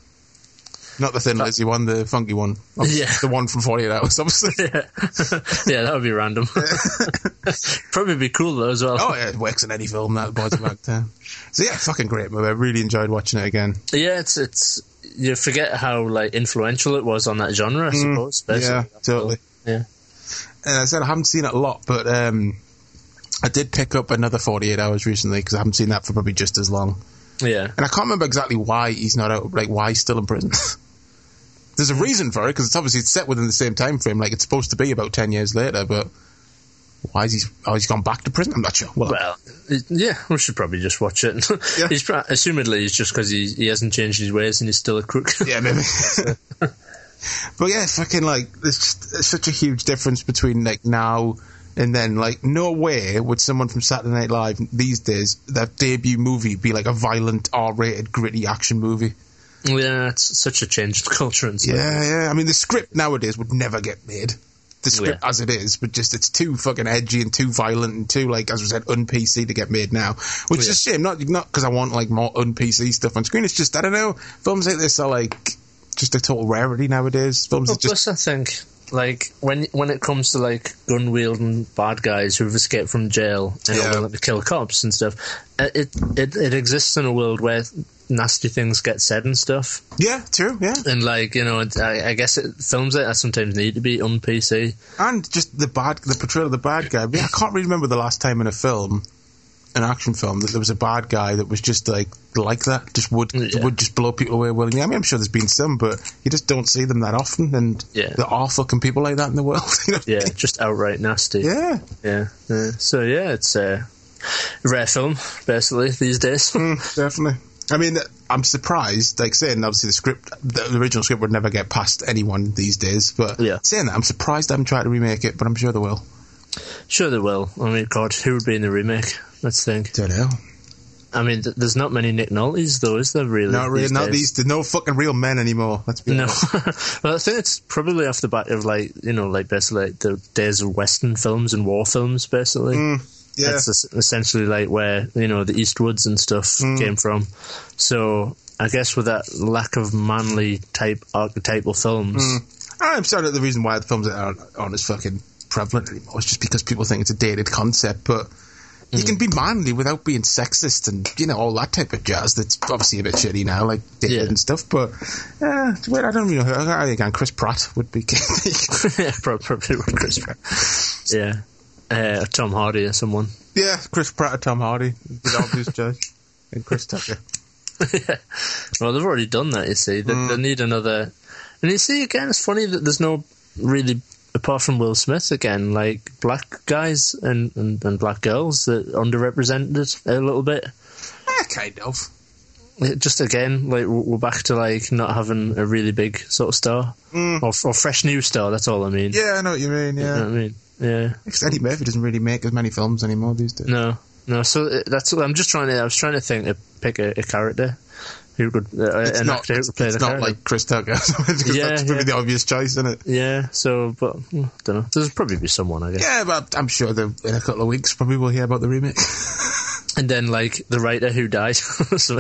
Speaker 3: Not the Thin Lizzy one, the funky one. Obviously,
Speaker 4: Yeah.
Speaker 3: The one from 48 Hours, obviously.
Speaker 4: yeah, that would be random. Probably be cool though as well.
Speaker 3: oh, yeah, it works in any film, that the boys are back in town. So, yeah, fucking great movie. I really enjoyed watching it again.
Speaker 4: Yeah, it's it's you forget how like influential it was on that genre, I suppose.
Speaker 3: Hmm. yeah,
Speaker 4: basically.
Speaker 3: totally.
Speaker 4: Yeah.
Speaker 3: And I said I haven't seen it a lot, but um, I did pick up another 48 Hours recently because I haven't seen that for probably just as long.
Speaker 4: Yeah.
Speaker 3: and I can't remember exactly why he's not out, like why he's still in prison. There's a reason for it because it's obviously it's set within the same time frame. Like it's supposed to be about ten years later, but why is he? Oh, he's gone back to prison. I'm not sure. Well,
Speaker 4: Well, it- yeah, we should probably just watch it.
Speaker 3: Yeah.
Speaker 4: he's pro- assumedly it's just because he, he hasn't changed his ways and he's still a crook.
Speaker 3: yeah, maybe. but yeah, fucking like there's, just, there's such a huge difference between like now and then. Like no way would someone from Saturday Night Live these days their debut movie be like a violent, R-rated, gritty action movie.
Speaker 4: yeah, it's such a changed culture and stuff.
Speaker 3: Yeah, yeah. I mean, the script nowadays would never get made. The script as it is, but just it's too fucking edgy and too violent and too like, as we said, un PC to get made now, which is a shame. Not not because I want like more un PC stuff on screen. It's just I don't know. Films like this are like just a total rarity nowadays. Films
Speaker 4: Well,
Speaker 3: are just
Speaker 4: plus, I think like when when it comes to like gun wielding bad guys who've escaped from jail and
Speaker 3: Yeah.
Speaker 4: are willing to kill cops and stuff, uh, it, it it exists in a world where nasty things get said and stuff.
Speaker 3: yeah, true, yeah.
Speaker 4: and like you know, I, I guess it, films like that sometimes need to be on PC.
Speaker 3: and just the bad the portrayal of the bad guy. I, mean, I can't really remember the last time in a film an action film that there was a bad guy that was just like like that, just would
Speaker 4: Yeah.
Speaker 3: would just blow people away willingly. I mean, I'm sure there's been some, but you just don't see them that often, and
Speaker 4: Yeah.
Speaker 3: there are fucking people like that in the world. you know?
Speaker 4: Yeah, just outright nasty.
Speaker 3: yeah.
Speaker 4: yeah. yeah. So yeah, it's a rare film basically these days.
Speaker 3: Mm, definitely. I mean, I'm surprised. Like saying, obviously, the script, the original script, would never get past anyone these days. But
Speaker 4: Yeah.
Speaker 3: saying that, I'm surprised they haven't tried to remake it, but I'm sure they will.
Speaker 4: sure they will. I mean, God, who would be in the remake? Let's think.
Speaker 3: Don't know.
Speaker 4: I mean, th- there's not many Nick Noltys though, is there? Really?
Speaker 3: Not really. Not
Speaker 4: days?
Speaker 3: these. There's no fucking real men anymore. Let's be
Speaker 4: No,
Speaker 3: honest.
Speaker 4: well, I think it's probably off the back of like you know, like basically like the days of Western films and war films, basically.
Speaker 3: Mm, Yeah.
Speaker 4: That's es- essentially like where you know the Eastwoods and stuff
Speaker 3: Mm.
Speaker 4: came from. So I guess with that lack of manly type archetypal films,
Speaker 3: Mm. I'm sorry that the reason why the films that aren't, aren't as fucking prevalent anymore is just because people think it's a dated concept, but you
Speaker 4: Mm.
Speaker 3: can be manly without being sexist and, you know, all that type of jazz that's obviously a bit shitty now, like dated
Speaker 4: Yeah.
Speaker 3: and stuff, but, uh, well, I don't even know. I think um, Chris Pratt would be
Speaker 4: yeah, prob- probably with Chris Pratt. yeah, uh, Tom Hardy or someone.
Speaker 3: Yeah, Chris Pratt and Tom Hardy, the obvious judge. And Chris Tucker.
Speaker 4: Well, they've already done that. You see, they,
Speaker 3: Mm.
Speaker 4: they need another. And you see, again, it's funny that there's no really apart from Will Smith again, like black guys and and, and black girls that are underrepresented a little bit.
Speaker 3: Eh, kind of.
Speaker 4: It just again, like w- we're back to like not having a really big sort of star or, f- or fresh new star. That's all I mean.
Speaker 3: Mm. Yeah, I know what you mean,
Speaker 4: You know
Speaker 3: yeah.
Speaker 4: what I mean, yeah.
Speaker 3: Because Eddie Murphy doesn't really make as many films anymore these days.
Speaker 4: No, no. So uh, that's I'm just trying to. I was trying to think to pick a, a character who could uh,
Speaker 3: It's
Speaker 4: an
Speaker 3: not,
Speaker 4: actor who could play
Speaker 3: it's
Speaker 4: the
Speaker 3: not
Speaker 4: character.
Speaker 3: like Chris Tucker.
Speaker 4: Yeah,
Speaker 3: that's probably
Speaker 4: yeah.
Speaker 3: the obvious choice, isn't it?
Speaker 4: yeah. So, but I don't know. There's probably be someone, I guess.
Speaker 3: Yeah, but I'm sure that in a couple of weeks probably we'll hear about the remake.
Speaker 4: And then like the writer who died. So-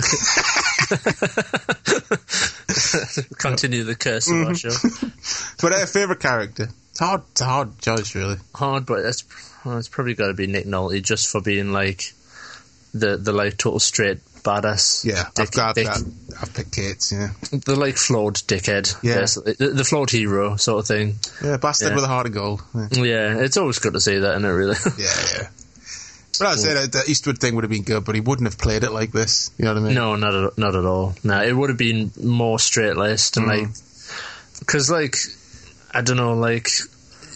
Speaker 4: Continue the curse of our show.
Speaker 3: but our favourite character. It's hard, it's a hard choice, really.
Speaker 4: Hard, but that's well, it's probably got to be Nick Nolte just for being like the the like total straight badass.
Speaker 3: Yeah,
Speaker 4: dick-
Speaker 3: I've got
Speaker 4: dick-
Speaker 3: that. I've picked Kate's, yeah.
Speaker 4: the like flawed dickhead.
Speaker 3: Yeah.
Speaker 4: basically. the, the flawed hero sort of thing.
Speaker 3: Yeah, bastard
Speaker 4: Yeah.
Speaker 3: with a heart of gold. Yeah,
Speaker 4: Yeah, it's always good to see that, isn't it? Really.
Speaker 3: yeah. yeah. But I said uh, the Eastwood thing would have been good, but he wouldn't have played it like this. You know what I mean?
Speaker 4: No, not at, not at all. No, it would have been more straight laced and like, because like, I don't know, like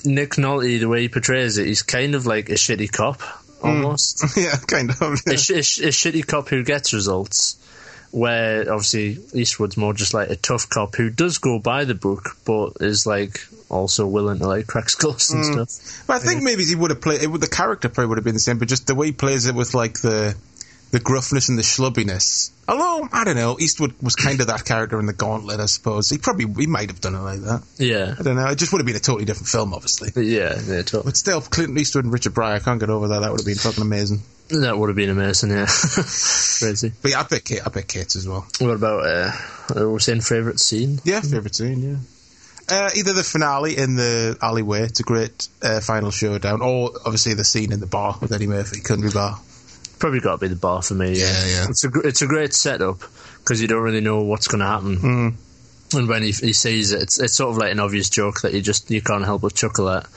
Speaker 4: Nick Nolte, the way he portrays it, he's kind of like a shitty cop almost,
Speaker 3: yeah, kind of.
Speaker 4: a, sh- a, sh- a shitty cop who gets results. Where obviously Eastwood's more just like a tough cop who does go by the book, but is like also willing to like crack skulls and stuff.
Speaker 3: But I think maybe he would have played. It would, the character probably would have been the same, but just the way he plays it with like the the gruffness and the schlubbiness. Although I don't know, Eastwood was kind of that character in the Gauntlet, I suppose. He probably he might have done it like that.
Speaker 4: Yeah,
Speaker 3: I don't know. It just would have been a totally different film, obviously.
Speaker 4: yeah, yeah. Totally.
Speaker 3: But still, Clint Eastwood and Richard Pryor. I can't get over that. That would have been fucking amazing.
Speaker 4: That would have been amazing. Yeah, crazy.
Speaker 3: But yeah, I pick Kate. I pick Kate as well.
Speaker 4: What about uh, what was in favorite scene?
Speaker 3: Yeah, favorite scene. Yeah. Uh, either the finale in the alleyway, it's a great uh, final showdown, or obviously the scene in the bar with Eddie Murphy, Country Bar.
Speaker 4: probably got to be the bar for me. Yeah,
Speaker 3: Yeah, yeah.
Speaker 4: It's a gr- it's a great setup because you don't really know what's going to happen. Mm. And when he, he sees it, it's, it's sort of like an obvious joke that you just you can't help but chuckle at.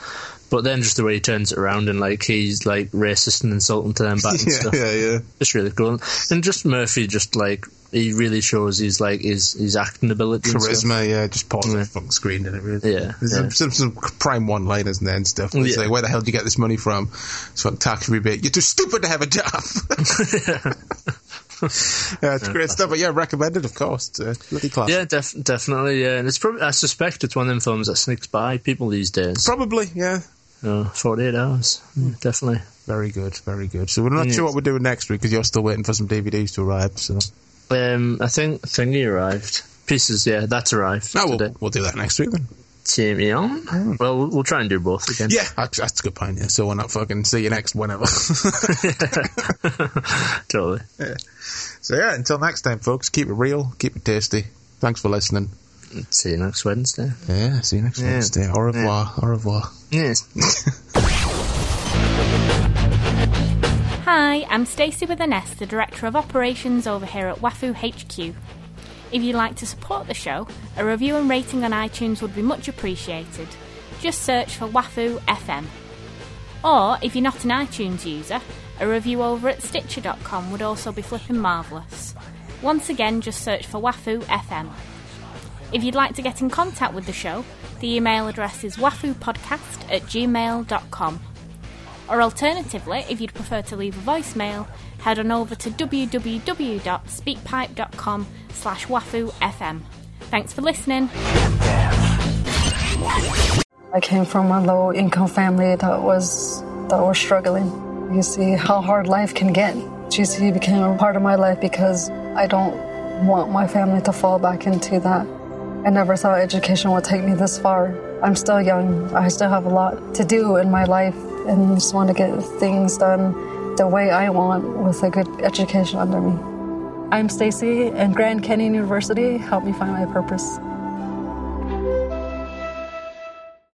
Speaker 4: But then just the way he turns it around and like he's like racist and insulting to them back and
Speaker 3: Yeah,
Speaker 4: stuff.
Speaker 3: yeah, yeah.
Speaker 4: It's really cool. And just Murphy, just like he really shows his like his his acting ability. and stuff.
Speaker 3: charisma, yeah, just part of
Speaker 4: Yeah.
Speaker 3: the fucking screen, didn't it? Really?
Speaker 4: Yeah,
Speaker 3: There's
Speaker 4: yeah.
Speaker 3: Some, some, some prime one liners and then stuff. It's
Speaker 4: Yeah.
Speaker 3: like, where the hell do you get this money from? It's fucking tax rebate. You're too stupid to have a job. yeah, it's great stuff. But yeah, recommended, of course. It's a bloody class.
Speaker 4: Yeah, def- definitely. Yeah, and it's probably I suspect it's one of them films that sneaks by people these days.
Speaker 3: Probably, yeah.
Speaker 4: Uh, Forty eight hours,
Speaker 3: Hmm.
Speaker 4: Yeah, definitely.
Speaker 3: Very good, very good. So we're not sure what we're doing next week because you're still waiting for some DVDs to arrive. So
Speaker 4: Um, I think thingy arrived. Pieces, yeah, that's arrived.
Speaker 3: no,
Speaker 4: today.
Speaker 3: Oh, we'll, we'll do that next week then.
Speaker 4: Team Eon. Well, we'll- we'll try and do both again.
Speaker 3: Yeah, that's, that's a good point. Yeah, so we're not fucking see you next whenever.
Speaker 4: totally.
Speaker 3: so yeah, until next time, folks. Keep it real, keep it tasty. Thanks for listening.
Speaker 4: See you next Wednesday.
Speaker 3: Yeah, see you next
Speaker 4: Yeah.
Speaker 3: Wednesday. Au revoir. Au revoir.
Speaker 4: Yes.
Speaker 8: Hi, I'm Stacey with an S, the Director of Operations over here at Wafu HQ. If you'd like to support the show, a review and rating on iTunes would be much appreciated. Just search for Wafu FM. Or, if you're not an iTunes user, a review over at Stitcher.com would also be flipping marvellous. Once again, just search for Wafu FM. If you'd like to get in contact with the show, the email address is wafupodcast at gmail.com. Or alternatively, if you'd prefer to leave a voicemail, head on over to www.speakpipe.com slash wafufm. Thanks for listening.
Speaker 9: I came from a low income family that was that was struggling. You see how hard life can get. GC became a part of my life because I don't want my family to fall back into that. I never thought education would take me this far. I'm still young. I still have a lot to do in my life and just want to get things done the way I want with a good education under me. I'm Stacy and Grand Canyon University helped me find my purpose.